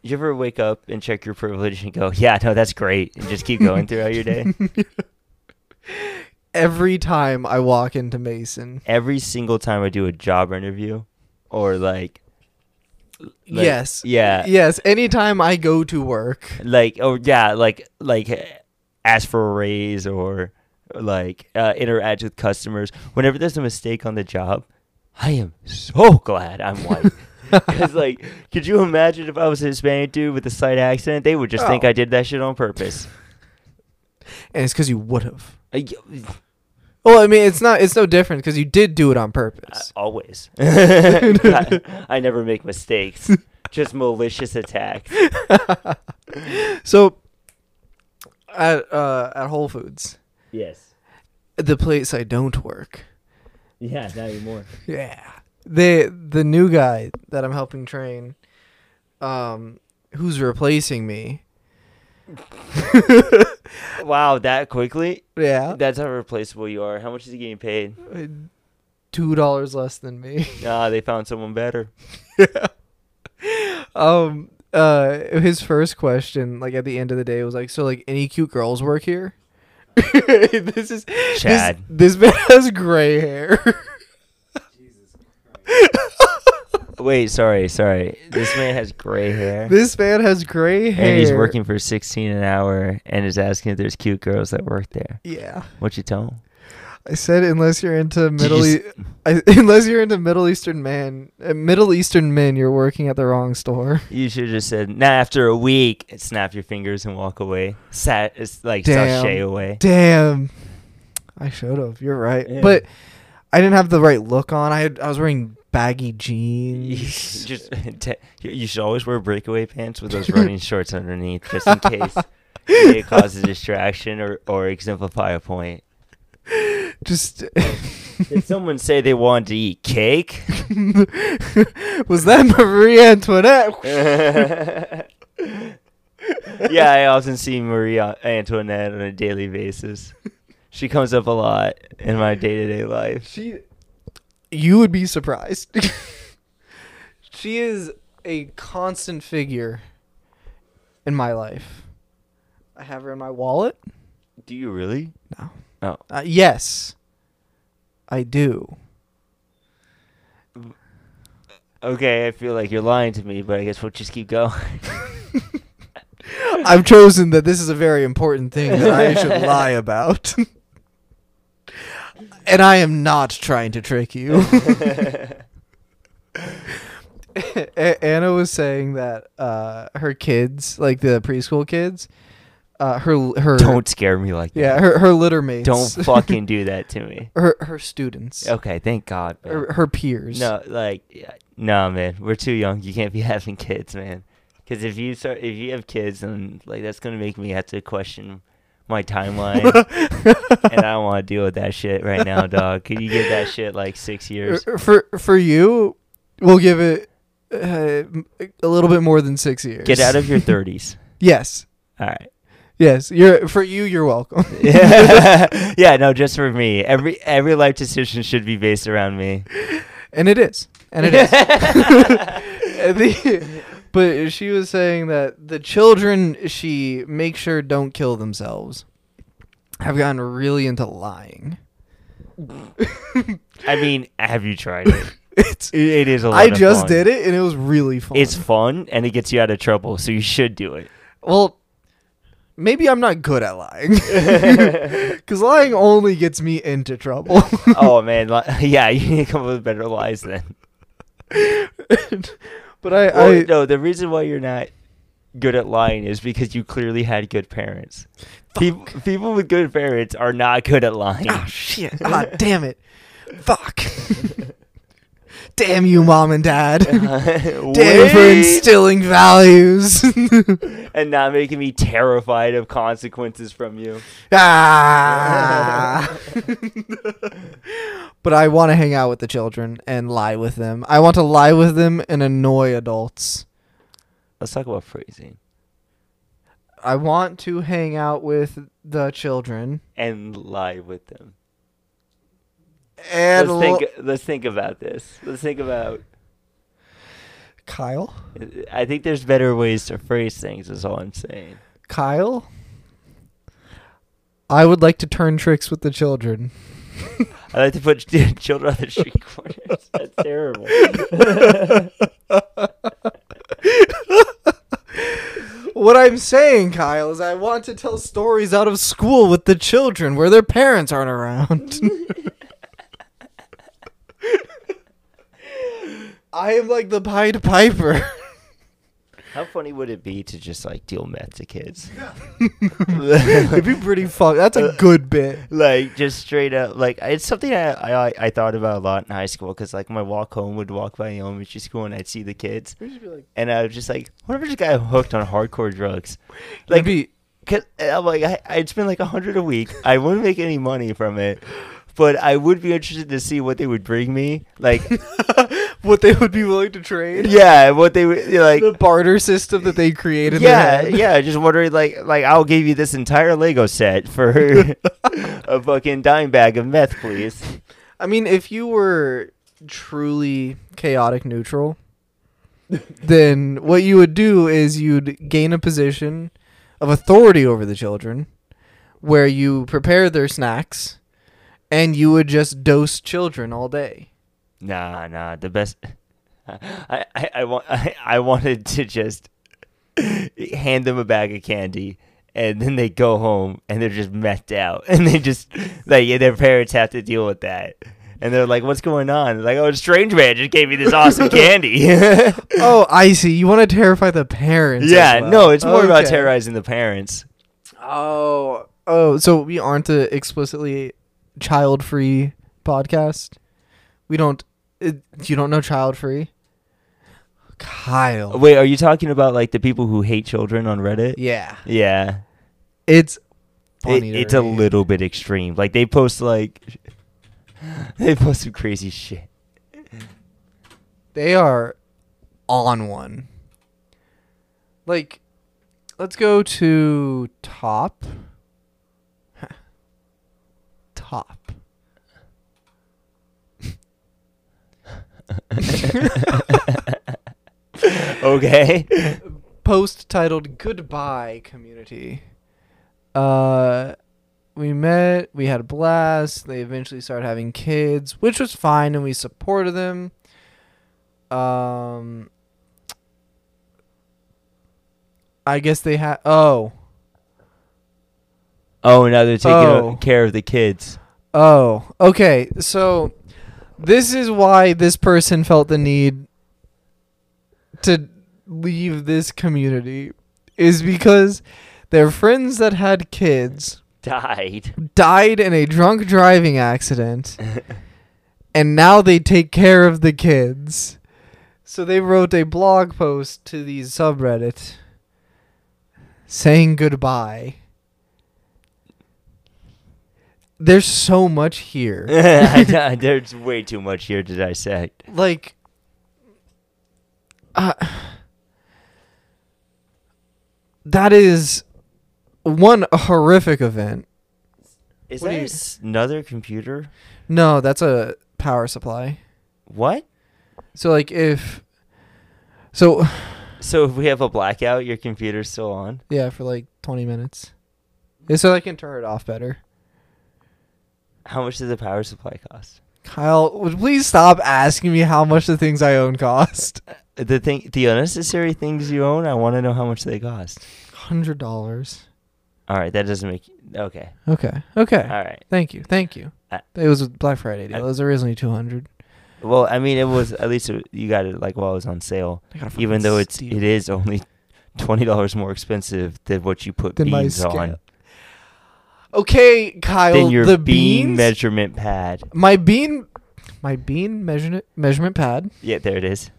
Speaker 2: You ever wake up and check your privilege and go, "Yeah, no, that's great," and just keep going throughout
Speaker 1: [LAUGHS]
Speaker 2: your day?
Speaker 1: Every time I walk into Mason,
Speaker 2: Every single time I do a job interview, or like, like-
Speaker 1: yes,
Speaker 2: yeah,
Speaker 1: yes. Anytime I go to work,
Speaker 2: like, oh yeah, like, like, eh, ask for a raise or like uh, interact with customers. Whenever there's a mistake on the job, I am so glad I'm
Speaker 1: [LAUGHS]
Speaker 2: white. Because, like, could you imagine if I was a Hispanic dude with a slight accent? They would just think
Speaker 1: Oh.
Speaker 2: I did that shit on purpose.
Speaker 1: and it's because you would have.
Speaker 2: I,
Speaker 1: Well, I mean, it's not. It's no different because you did do it on
Speaker 2: I-
Speaker 1: purpose.
Speaker 2: [LAUGHS] always. I, I never make mistakes. Just malicious attacks.
Speaker 1: Uh, So, at uh, at Whole Foods,
Speaker 4: yes.
Speaker 1: the place I don't work.
Speaker 4: Yeah, not anymore.
Speaker 1: Yeah. The the new guy that I'm helping train, um, who's replacing [LAUGHS] me.
Speaker 2: Wow, that quickly?
Speaker 1: Yeah.
Speaker 2: That's how replaceable you are. How much is he getting paid?
Speaker 1: Two dollars less than me.
Speaker 2: Ah, they found someone better.
Speaker 1: Um uh his first question, like at the end of the day, was like, So like any cute girls work here? [LAUGHS] this is this-
Speaker 2: Chad.
Speaker 1: This, man [LAUGHS] has gray hair.
Speaker 2: [LAUGHS] Wait, sorry, sorry. This man has
Speaker 4: [LAUGHS]
Speaker 2: gray hair.
Speaker 1: this man has gray hair.
Speaker 2: And he's working for 16 an hour and is asking if there's cute girls that work there.
Speaker 1: Yeah.
Speaker 2: What you tell him?
Speaker 1: I said unless you're into
Speaker 2: Did you
Speaker 1: Middle
Speaker 2: s-
Speaker 1: East, [LAUGHS] unless you're into Middle Eastern man, uh, Middle Eastern men, you're working at the wrong store.
Speaker 2: You should have just said, nah, after a week, and snap your fingers and walk away. Sat, it's like
Speaker 1: Damn.
Speaker 2: sashay away.
Speaker 1: Damn, I should have. You're right,
Speaker 4: Yeah.
Speaker 1: but I didn't have the right look on. I had, I was wearing baggy
Speaker 2: [LAUGHS]
Speaker 1: jeans. [LAUGHS]
Speaker 2: just te- you you should always wear breakaway pants with those running shorts underneath, just in case. they cause a distraction or, or exemplify a point.
Speaker 1: Just [LAUGHS]
Speaker 2: Did someone say they wanted to eat cake?
Speaker 1: was that Marie
Speaker 2: [LAUGHS]
Speaker 1: Antoinette?
Speaker 2: yeah, I often see Marie Antoinette on a daily basis. She comes up a lot in my day to day life.
Speaker 1: She, you would be surprised. [LAUGHS] she is a constant figure in my life. I have her in my wallet.
Speaker 2: Do you really?
Speaker 1: No.
Speaker 2: No.
Speaker 1: Uh, yes, I
Speaker 2: [LAUGHS]
Speaker 1: do.
Speaker 2: Okay, I feel like you're lying to me, but I guess we'll just
Speaker 1: [LAUGHS]
Speaker 2: keep going. [LAUGHS]
Speaker 1: I've chosen that this is a very important thing that I
Speaker 2: [LAUGHS]
Speaker 1: should lie about. and I am not trying to trick
Speaker 2: [LAUGHS]
Speaker 1: you. A- Anna was saying that uh, her kids, like the preschool kids, uh, her her
Speaker 2: Don't scare me like
Speaker 1: yeah
Speaker 2: that.
Speaker 1: her her litter mates
Speaker 2: Don't fucking do that to me.
Speaker 1: [LAUGHS] her her students
Speaker 2: Okay, thank God. man.
Speaker 1: her, her peers [LAUGHS]
Speaker 2: No, like, yeah, no, man, we're too young. You can't be [LAUGHS] having kids, man. Because if you start, if you have kids, then like that's gonna make me have to question my timeline,
Speaker 1: [LAUGHS]
Speaker 2: and I don't want to deal with that shit right now, dog. Could you give that shit like six years?
Speaker 1: Uh, for for you we'll give it uh, a little bit more than six years
Speaker 2: Get out of your thirties.
Speaker 1: yes
Speaker 2: All right. [LAUGHS]
Speaker 1: Yes, you're for you. You're welcome.
Speaker 2: yeah, no, just for me. Every every life decision should be based around me.
Speaker 1: and it is, and it
Speaker 2: [LAUGHS]
Speaker 1: is. [LAUGHS] And the- but she was saying that the children she makes sure don't kill themselves have gotten really into lying. [LAUGHS]
Speaker 2: I mean, have you
Speaker 1: [LAUGHS]
Speaker 2: tried it?
Speaker 1: It's
Speaker 2: It- It is a lot
Speaker 1: I
Speaker 2: of
Speaker 1: just
Speaker 2: fun.
Speaker 1: did it and it was really fun.
Speaker 2: It's fun and it gets you out of trouble, so you should do it.
Speaker 1: well, maybe I'm not good at lying because lying only gets me into trouble.
Speaker 2: oh man, li- [LAUGHS] yeah, you need to come up with better lies then.
Speaker 1: but I,
Speaker 2: Well,
Speaker 1: I
Speaker 2: no, the reason why you're not good at lying is because you clearly had good parents. People, people with good parents are not good at lying. [LAUGHS]
Speaker 1: Ah, shit. Ah, damn it. Fuck. damn you, mom and dad. damn you for
Speaker 2: Wait.
Speaker 1: instilling values. [LAUGHS]
Speaker 2: and not making me terrified of consequences from you.
Speaker 1: ah. but I want to hang out with the children and lie with them. I want to lie with them and annoy adults.
Speaker 2: Let's talk about phrasing
Speaker 1: I want to hang out with the children
Speaker 2: and lie with them.
Speaker 1: and
Speaker 2: let's
Speaker 1: lo-
Speaker 2: think. Let's think about this. Let's think about.
Speaker 1: Kyle.
Speaker 2: I think there's better ways to phrase things. Is all I'm saying.
Speaker 1: Kyle. I would like to turn tricks with the [LAUGHS] children.
Speaker 2: I like to put [LAUGHS] children on the street corners. That's terrible.
Speaker 1: What I'm saying, Kyle, is I want to tell stories out of school with the children where their parents aren't around. [LAUGHS] I am like the Pied Piper. [LAUGHS]
Speaker 2: How funny would it be to just like deal meth to kids?
Speaker 1: [LAUGHS]
Speaker 2: Uh,
Speaker 1: It'd be pretty fun. That's a good bit.
Speaker 2: like just straight up, like it's something I I, I thought about a lot in high school because like my walk home would walk by the elementary school and I'd see the kids and I was just like, what if I just got hooked on hardcore drugs? Like,
Speaker 1: Like, be,
Speaker 2: cause and I'm like I, I'd spend like a hundred a week. I wouldn't make any money from it, but I would be interested to see what they would bring me. Like,
Speaker 1: [LAUGHS] what they would be willing to trade.
Speaker 2: yeah, what they would like.
Speaker 1: The barter system that they created.
Speaker 2: yeah, yeah. Just wondering, like, like I'll give you this entire Lego set for [LAUGHS] a fucking dime bag of meth, please.
Speaker 1: [LAUGHS] I mean, if you were truly chaotic neutral, then what you would do is you'd gain a position of authority over the children where you prepare their snacks and you would just dose children all
Speaker 2: [LAUGHS]
Speaker 1: day.
Speaker 2: Nah, nah. The best. [LAUGHS] I, I, I want. [LAUGHS] I, I wanted to just hand them a bag of candy, and then they go home and they're just methed out, [LAUGHS] and they just like their parents have to deal with that. And they're like, "What's going on?" Like, "Oh, a strange man just gave me
Speaker 1: [LAUGHS]
Speaker 2: this awesome candy." [LAUGHS]
Speaker 1: oh, I see. You want to terrify the parents. as
Speaker 2: yeah,
Speaker 1: well.
Speaker 2: no, it's more about
Speaker 1: Okay.
Speaker 2: terrorizing the parents.
Speaker 1: Oh, oh, so we aren't a explicitly child-free podcast. We don't. It, you don't know child-free, Kyle.
Speaker 2: Oh. Wait, are you talking about like the people who hate children on Reddit?
Speaker 1: Yeah,
Speaker 2: Yeah.
Speaker 1: It's
Speaker 2: It,
Speaker 1: funny. to
Speaker 2: it's a
Speaker 1: read.
Speaker 2: little bit extreme. Like they post like [LAUGHS] they post some crazy shit.
Speaker 1: They are on one. Like, let's go to top. [LAUGHS] top.
Speaker 2: Okay. [LAUGHS]
Speaker 1: post titled "Goodbye Community." Uh, we met, we had a blast. They eventually started having kids, which was fine, and we supported them. Um, I guess they had. Oh,
Speaker 2: Oh, now they're taking
Speaker 1: Oh.
Speaker 2: uh, care of the kids.
Speaker 1: oh, okay. So this is why this person felt the need to leave this community is because their friends that had kids
Speaker 2: Died.
Speaker 1: died in a drunk driving accident and now they take care of the kids so they wrote a blog post to the subreddit saying goodbye there's so much
Speaker 2: [LAUGHS]
Speaker 1: here
Speaker 2: [LAUGHS] I know, There's way too much here to dissect.
Speaker 1: like uh, that is one a horrific event
Speaker 2: Is
Speaker 1: What do
Speaker 2: that
Speaker 1: you-
Speaker 2: s- another computer?
Speaker 1: no that's a power supply
Speaker 2: What?
Speaker 1: So like if so [SIGHS]
Speaker 2: So if we have a blackout, your computer's still on?
Speaker 1: yeah, for like 20 minutes. Yeah, so I can turn it off better.
Speaker 2: How much does the power supply cost?
Speaker 1: Kyle, would you please stop asking me how much the things I own cost?
Speaker 2: Uh, The thing, the unnecessary things you own, I want to know how much they cost.
Speaker 1: $100.
Speaker 2: All right, that doesn't make okay.
Speaker 1: Okay. Okay.
Speaker 2: All right.
Speaker 1: Thank you. Thank you.
Speaker 2: I-
Speaker 1: it was a Black Friday deal.
Speaker 2: I-
Speaker 1: it was originally 200.
Speaker 2: Well, I mean, it was at least it, you got it like while it was on sale,
Speaker 1: I gotta
Speaker 2: even
Speaker 1: fucking
Speaker 2: though it's
Speaker 1: steal
Speaker 2: it is only twenty dollars more expensive than what you put
Speaker 1: Than my
Speaker 2: beans
Speaker 1: scale.
Speaker 2: on
Speaker 1: Okay, Kyle,
Speaker 2: than your
Speaker 1: the
Speaker 2: bean
Speaker 1: beans. Um,
Speaker 2: measurement pad.
Speaker 1: my bean my bean measurement measurement pad.
Speaker 2: Yeah, there it is.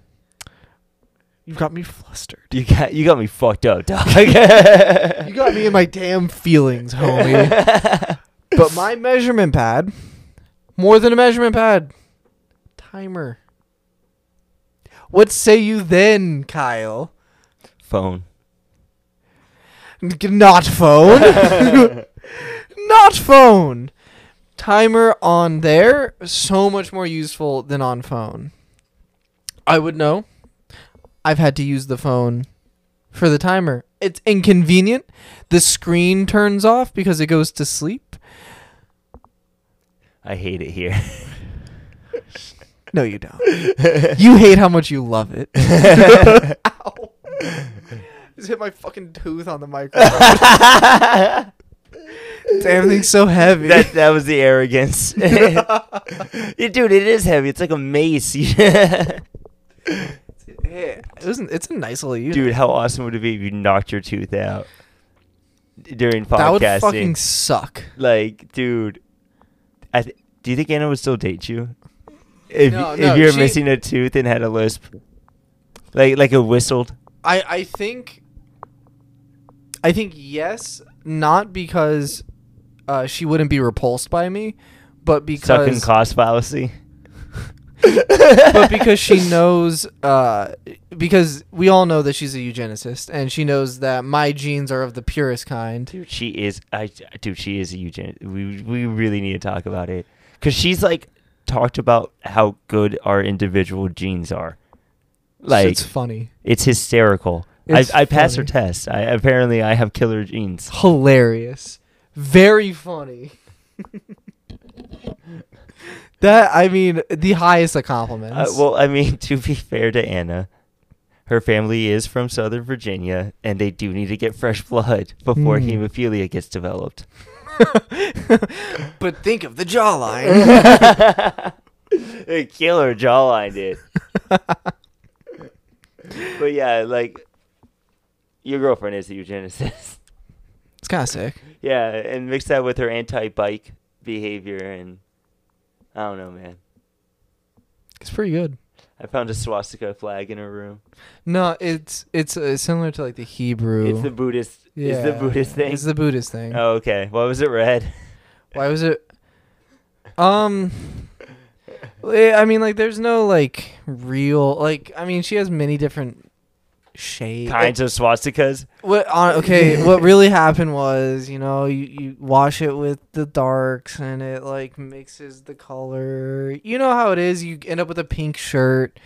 Speaker 1: You've got me flustered.
Speaker 2: You got you got me fucked
Speaker 1: [LAUGHS]
Speaker 2: up, dog.
Speaker 1: You got me in my damn feelings,
Speaker 2: [LAUGHS]
Speaker 1: homie. but my measurement pad, more than a measurement pad, timer. What say you then, Kyle?
Speaker 2: Phone.
Speaker 1: N- Not phone. Not phone. Timer on there, so much more useful than on phone. I would know. I've had to use the phone for the timer. It's inconvenient. The screen turns off because it goes to sleep.
Speaker 2: I hate it here. [LAUGHS]
Speaker 1: No, you [LAUGHS] don't. you hate how much you love it. [LAUGHS] Ow. Just hit my fucking tooth [LAUGHS] on the microphone.
Speaker 2: that
Speaker 1: Damn, thing's so heavy.
Speaker 2: that was
Speaker 1: [LAUGHS]
Speaker 2: the arrogance. [LAUGHS] Yeah, dude, it is heavy. It's like a [LAUGHS] mace.
Speaker 1: Yeah, [LAUGHS] it was, it's a nice little unit.
Speaker 2: Dude, how awesome would it be if you knocked your tooth out during podcasting?
Speaker 1: that would fucking suck.
Speaker 2: like, dude, I th- do you think Anna would still date you if
Speaker 1: No,
Speaker 2: if
Speaker 1: no,
Speaker 2: you're
Speaker 1: she-
Speaker 2: missing a tooth and had a lisp, like like a whistled?
Speaker 1: I I think I think yes, not because uh, she wouldn't be repulsed by me, but
Speaker 2: Sucking
Speaker 1: because
Speaker 2: cost fallacy.
Speaker 1: [LAUGHS] but because [LAUGHS]
Speaker 2: [LAUGHS]
Speaker 1: she knows uh, because we all know that she's a eugenicist and she knows that my genes are of the purest kind.
Speaker 2: dude, she is. I dude, she is a eugen. We we really need to talk about it because she's like talked about how good our individual genes are. Like
Speaker 1: it's funny.
Speaker 2: it's hysterical.
Speaker 1: It's
Speaker 2: I I passed her
Speaker 1: funny.
Speaker 2: test. I apparently I have killer genes.
Speaker 1: hilarious, very funny. [LAUGHS] that I mean, the highest of compliments.
Speaker 2: Uh, well, I mean, [LAUGHS] to be fair to Anna, her family is from Southern Virginia, and they do need to get fresh blood [LAUGHS] before
Speaker 1: Hmm.
Speaker 2: hemophilia
Speaker 1: [LAUGHS]
Speaker 2: gets developed.
Speaker 1: but think of the jawline.
Speaker 2: Killer jawline did. [LAUGHS] but yeah, like your girlfriend is a eugenicist.
Speaker 1: [LAUGHS]
Speaker 2: [LAUGHS]
Speaker 1: it's kind of sick.
Speaker 2: yeah, and mix that with her anti-bike behavior, and I don't know, man.
Speaker 1: It's pretty good.
Speaker 2: I found a swastika flag in her room.
Speaker 1: No, it's it's uh, similar to like the Hebrew.
Speaker 2: It's the Buddhist. It's the
Speaker 1: Yeah.
Speaker 2: Buddhist thing.
Speaker 1: It's the Buddhist thing.
Speaker 2: oh, okay. Why was it red?
Speaker 1: Why was it? Um, eh, I mean, like, there's no like real like. I mean, she has many different shades.
Speaker 2: Kinds of swastikas.
Speaker 1: What?
Speaker 2: [LAUGHS]
Speaker 1: On, okay, what really happened was, you know, you, you wash it with the darks, and it like mixes the color. You know how it is. You end up with a pink shirt.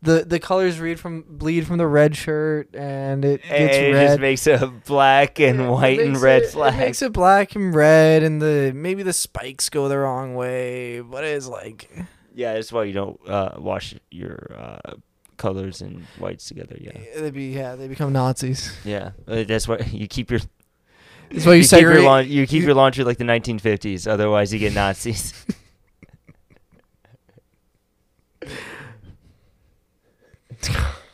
Speaker 1: The the colors read from bleed from the red shirt, and it gets
Speaker 2: And it
Speaker 1: red.
Speaker 2: just makes a black and
Speaker 1: Yeah, it
Speaker 2: white and
Speaker 1: makes
Speaker 2: red
Speaker 1: it-
Speaker 2: flag.
Speaker 1: It makes it black and red, and the maybe the spikes go the wrong way, but it's like
Speaker 2: yeah, that's why you don't uh, wash your uh, colors and whites together. Yeah.
Speaker 1: eh, they be yeah they become Nazis.
Speaker 2: Yeah, Uh, that's why you keep your.
Speaker 1: That's why you,
Speaker 2: keep your
Speaker 1: segregate.
Speaker 2: laun- you keep your laundry like the 1950s. Otherwise, you get Nazis.
Speaker 1: [LAUGHS]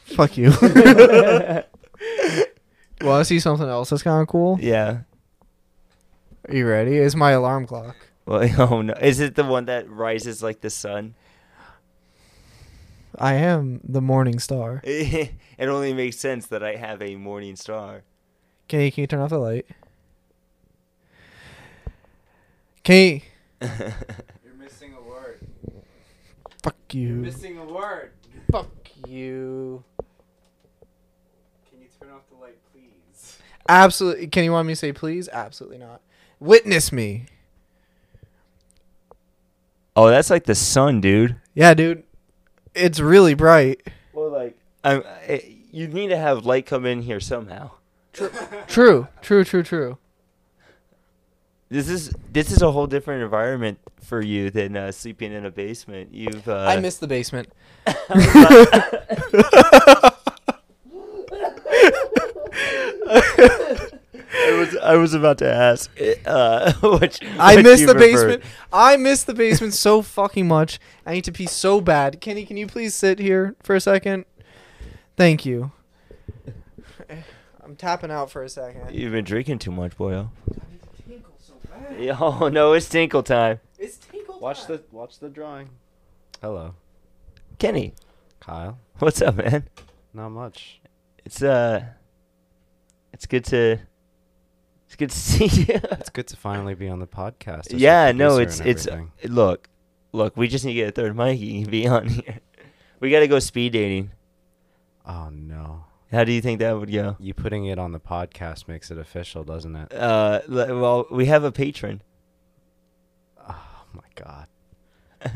Speaker 1: Fuck
Speaker 2: [LAUGHS]
Speaker 1: you. [LAUGHS] Want to see something else that's kind of cool?
Speaker 2: yeah.
Speaker 1: Are you ready? It's my alarm clock.
Speaker 2: Well, [LAUGHS] oh no! Is it the one that rises like the sun? [LAUGHS]
Speaker 1: I am the morning star.
Speaker 2: it only makes sense that I have a morning star.
Speaker 1: Can you can you turn off the light? Can you?
Speaker 3: You're missing a word.
Speaker 1: Fuck you.
Speaker 3: a word.
Speaker 1: Fuck you.
Speaker 3: Can you turn off the light, please?
Speaker 1: Absolutely. Can you want me to say please? Absolutely not. Witness me.
Speaker 2: Oh, that's like the sun, dude.
Speaker 1: Yeah, dude. It's really bright.
Speaker 2: Well, like I'm, I, you need to have light come in here somehow.
Speaker 1: True, true, true, true.
Speaker 2: This is this is a whole different environment for you than uh, sleeping in a basement. You've uh,
Speaker 1: I missed the basement.
Speaker 2: I was I was about to ask. [LAUGHS] Uh, which
Speaker 1: [LAUGHS] I
Speaker 2: which
Speaker 1: missed
Speaker 2: you
Speaker 1: the
Speaker 2: preferred.
Speaker 1: basement. I missed the basement so fucking much. I need to pee so bad. Kenny, can you please sit here for a second? Thank you. I'm tapping out for a second.
Speaker 2: You've been drinking too much, boyo. [LAUGHS] Oh no, it's tinkle time.
Speaker 1: It's tinkle
Speaker 3: Watch the watch the drawing. Hello,
Speaker 2: Kenny,
Speaker 3: Kyle.
Speaker 2: what's up, man?
Speaker 3: Not much.
Speaker 2: It's uh, it's good to, it's good to [LAUGHS] see you.
Speaker 3: It's good to finally be on the podcast. as a
Speaker 2: yeah, no,
Speaker 3: producer
Speaker 2: it's
Speaker 3: and
Speaker 2: it's
Speaker 3: everything.
Speaker 2: look, look. We just need to get a third mic. You can be on here. [LAUGHS] We gotta go speed dating.
Speaker 3: Oh no,
Speaker 2: How do you think that would go?
Speaker 3: you putting it on the podcast makes it official, doesn't it?
Speaker 2: Uh, le- well, we have a patron.
Speaker 3: Oh my god.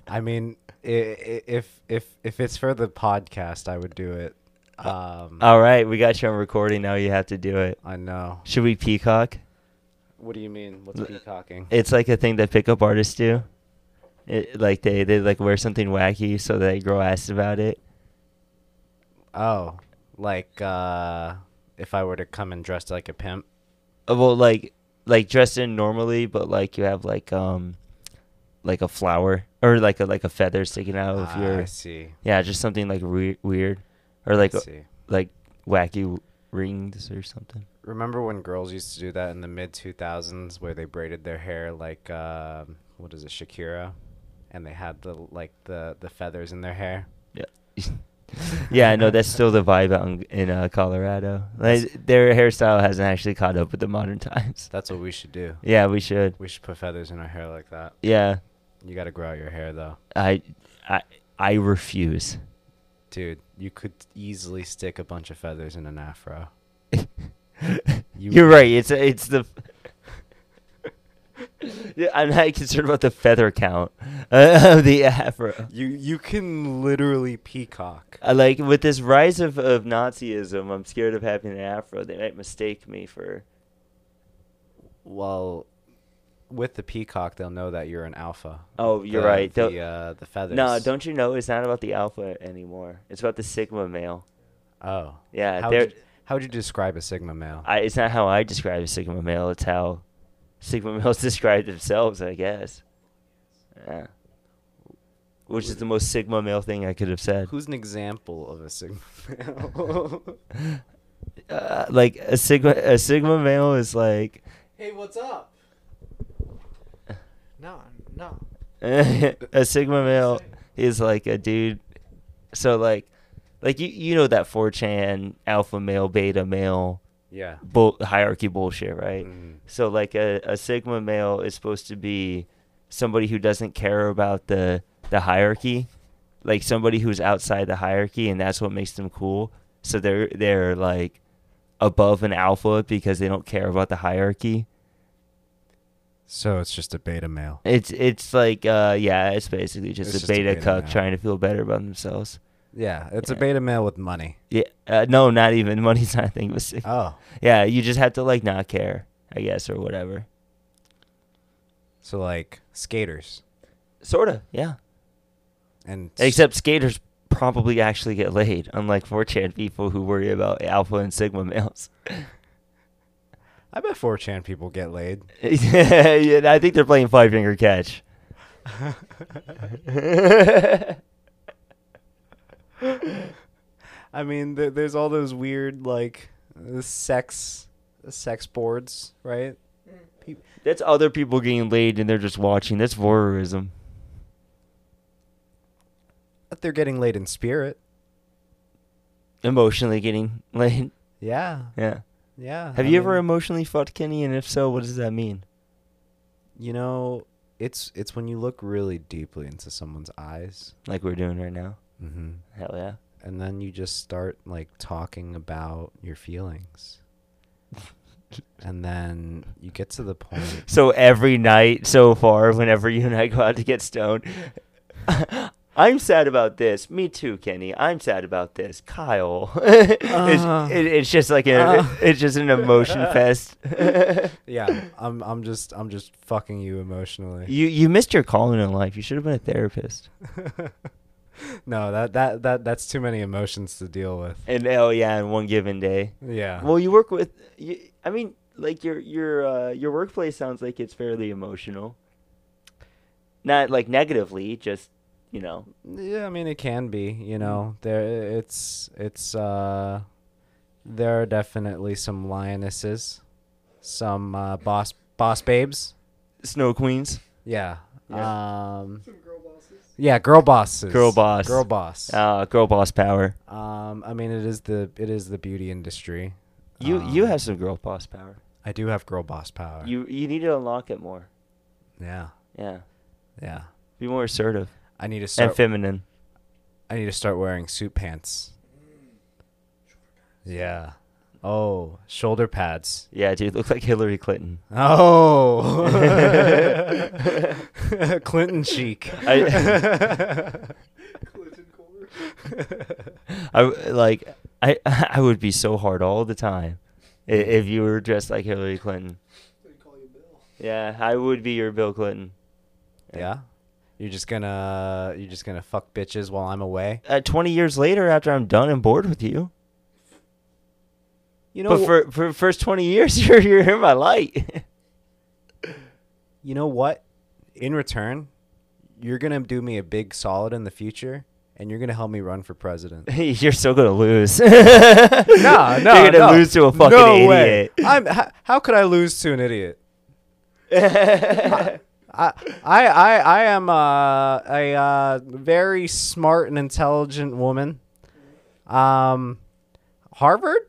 Speaker 3: I mean, i- i- if if if it's for the podcast, I would do it. Um,
Speaker 2: All right, we got you on recording. Now you have to do it.
Speaker 3: I know.
Speaker 2: Should we peacock?
Speaker 3: What do you mean? What's
Speaker 2: L-
Speaker 3: peacocking?
Speaker 2: It's like a thing that pickup artists do. It, like they they like wear something wacky so they grow ass about it.
Speaker 3: Oh, like uh, if I were to come and dressed like a pimp.
Speaker 2: Uh, Well, like like dressed in normally, but like you have like um like a flower or like a like a feather sticking out of
Speaker 3: Ah, I
Speaker 2: your
Speaker 3: see.
Speaker 2: yeah, just something like re- weird or like
Speaker 3: I
Speaker 2: uh,
Speaker 3: see.
Speaker 2: like wacky w- rings or something.
Speaker 3: Remember when girls used to do that in the mid 2000s where they braided their hair like um what is it Shakira and they had the like the the feathers in their hair?
Speaker 2: [LAUGHS] Yeah, I know
Speaker 3: [LAUGHS]
Speaker 2: that's still the vibe out in, in uh, Colorado. Like their hairstyle hasn't actually caught up with the modern [LAUGHS] times.
Speaker 3: That's what we should do.
Speaker 2: Yeah, we should.
Speaker 3: We should put feathers in our hair like that.
Speaker 2: Yeah,
Speaker 3: You got to grow out your hair though.
Speaker 2: I I I refuse.
Speaker 3: Dude, you could easily stick a bunch of feathers in an [LAUGHS] afro. You-
Speaker 2: You're right. It's it's the. [LAUGHS] Yeah, I'm not concerned about the feather count [LAUGHS] of the afro.
Speaker 3: You you can literally peacock.
Speaker 2: I like with this rise of, of Nazism, I'm scared of having an afro. They might mistake me for.
Speaker 3: Well, with the peacock, they'll know that you're an alpha.
Speaker 2: Oh, you're
Speaker 3: The-
Speaker 2: right. They'll-
Speaker 3: The uh, the feathers.
Speaker 2: No, don't you know? It's not about the alpha anymore. It's about the sigma male.
Speaker 3: Oh.
Speaker 2: Yeah,
Speaker 3: How
Speaker 2: they're-
Speaker 3: would, you, how would you describe a sigma male?
Speaker 2: I, it's not how I describe a sigma male. It's how sigma [LAUGHS] males describe themselves, I guess. Yeah. Which is the most sigma male thing I could have said.
Speaker 3: Who's an example of a sigma male?
Speaker 2: [LAUGHS]
Speaker 3: [LAUGHS]
Speaker 2: uh, like a sigma a sigma male is like
Speaker 1: Hey, what's up? No, no.
Speaker 2: [LAUGHS] a sigma male is like a dude So like, like you you know that 4chan alpha male beta male
Speaker 3: Yeah.
Speaker 2: bull, hierarchy bullshit, right?
Speaker 3: Mhm.
Speaker 2: So like a, a sigma male is supposed to be somebody who doesn't care about the the hierarchy, like somebody who's outside the hierarchy, and that's what makes them cool. So they're they're like above an alpha because they don't care about the hierarchy.
Speaker 3: So it's just a beta male.
Speaker 2: It's it's like uh yeah, it's basically just,
Speaker 3: It's
Speaker 2: a, beta cuck
Speaker 3: male.
Speaker 2: trying to feel better about themselves.
Speaker 3: Yeah, it's a
Speaker 2: Yeah.
Speaker 3: beta male with money.
Speaker 2: Yeah, uh, no, not even [LAUGHS] money's not a thing. But sig-
Speaker 3: Oh,
Speaker 2: [LAUGHS] yeah, you just have to like not care, I guess, or whatever.
Speaker 3: so like skaters
Speaker 2: Sorta, yeah.
Speaker 3: and s-
Speaker 2: Except skaters probably actually get laid, unlike 4chan people who worry about alpha and sigma males. [LAUGHS]
Speaker 3: I bet 4chan people
Speaker 2: [LAUGHS]
Speaker 3: get laid.
Speaker 2: yeah, I think they're playing five finger catch.
Speaker 3: I mean, th- there's all those weird like uh, sex sex boards, right?
Speaker 2: That's other people getting laid and they're just watching. That's voyeurism.
Speaker 3: But they're getting laid in spirit.
Speaker 2: Emotionally getting [LAUGHS] laid.
Speaker 3: Yeah,
Speaker 2: Yeah.
Speaker 3: yeah.
Speaker 2: Have
Speaker 3: I
Speaker 2: you ever
Speaker 3: mean,
Speaker 2: emotionally fucked Kenny? And if so, what does that mean?
Speaker 3: You know, it's it's when you look really deeply into someone's eyes,
Speaker 2: Like we're doing right now?
Speaker 3: mm-hmm.
Speaker 2: Hell yeah.
Speaker 3: and then you just start like talking about
Speaker 2: [LAUGHS]
Speaker 3: your feelings, and then you get to
Speaker 2: [LAUGHS]
Speaker 3: the point
Speaker 2: So every night so far, whenever you and I go out to get stoned, [LAUGHS] I'm sad about this. Me too, Kenny. I'm sad about this. Kyle. [LAUGHS]
Speaker 3: Uh.
Speaker 2: it's, it, it's just like a,
Speaker 3: Uh.
Speaker 2: [LAUGHS] it's just an [LAUGHS] emotion fest.
Speaker 3: yeah i'm i'm just i'm just fucking you emotionally
Speaker 2: you you missed your calling in life. You should have been a therapist.
Speaker 3: [LAUGHS] no that that that that's too many emotions to deal with
Speaker 2: And oh yeah, in one given day.
Speaker 3: yeah
Speaker 2: Well, you work with. You, I mean, like your your uh, your workplace sounds like it's fairly emotional. Not like negatively, just you know.
Speaker 3: yeah i mean it can be
Speaker 2: Mm.
Speaker 3: you know there it's it's uh there are definitely some lionesses some uh boss boss babes
Speaker 2: Snow queens.
Speaker 3: yeah, um some girl bosses yeah girl bosses
Speaker 2: Girl boss.
Speaker 3: girl boss
Speaker 2: Uh, girl boss power.
Speaker 3: um i mean it is the it is the beauty industry
Speaker 2: You you
Speaker 3: Um,
Speaker 2: have some girl boss power.
Speaker 3: i do have girl boss power
Speaker 2: You you need to unlock it more.
Speaker 3: yeah
Speaker 2: Yeah,
Speaker 3: yeah
Speaker 2: be more assertive
Speaker 3: I need to start.
Speaker 2: and feminine.
Speaker 3: I need to start wearing suit pants. Yeah. Oh, shoulder pads.
Speaker 2: Yeah, dude, look like Hillary Clinton. [LAUGHS]
Speaker 3: [LAUGHS] Oh, Clinton chic. [LAUGHS]
Speaker 2: I- I w- like I [LAUGHS] I would be so hard all the time i- if you were dressed like Hillary Clinton. Yeah, I would be your Bill Clinton.
Speaker 3: yeah. You're just gonna you're just gonna fuck bitches while I'm away.
Speaker 2: Uh, Twenty years later, after I'm done and bored with you,
Speaker 3: You know.
Speaker 2: but for for first twenty years, [LAUGHS] you're you're in my
Speaker 3: [LAUGHS]
Speaker 2: light.
Speaker 3: you know what? In return, you're gonna do me a big solid in the future, and you're gonna help me run for president.
Speaker 2: You're still gonna [LAUGHS]
Speaker 3: [LAUGHS]
Speaker 2: lose. [LAUGHS]
Speaker 3: no, no,
Speaker 2: You're gonna
Speaker 3: no.
Speaker 2: lose to a fucking
Speaker 3: no
Speaker 2: idiot.
Speaker 3: Way. I'm. How, how could I lose to an idiot? I, I, I, I am uh, a uh, very smart and intelligent woman. Um, Harvard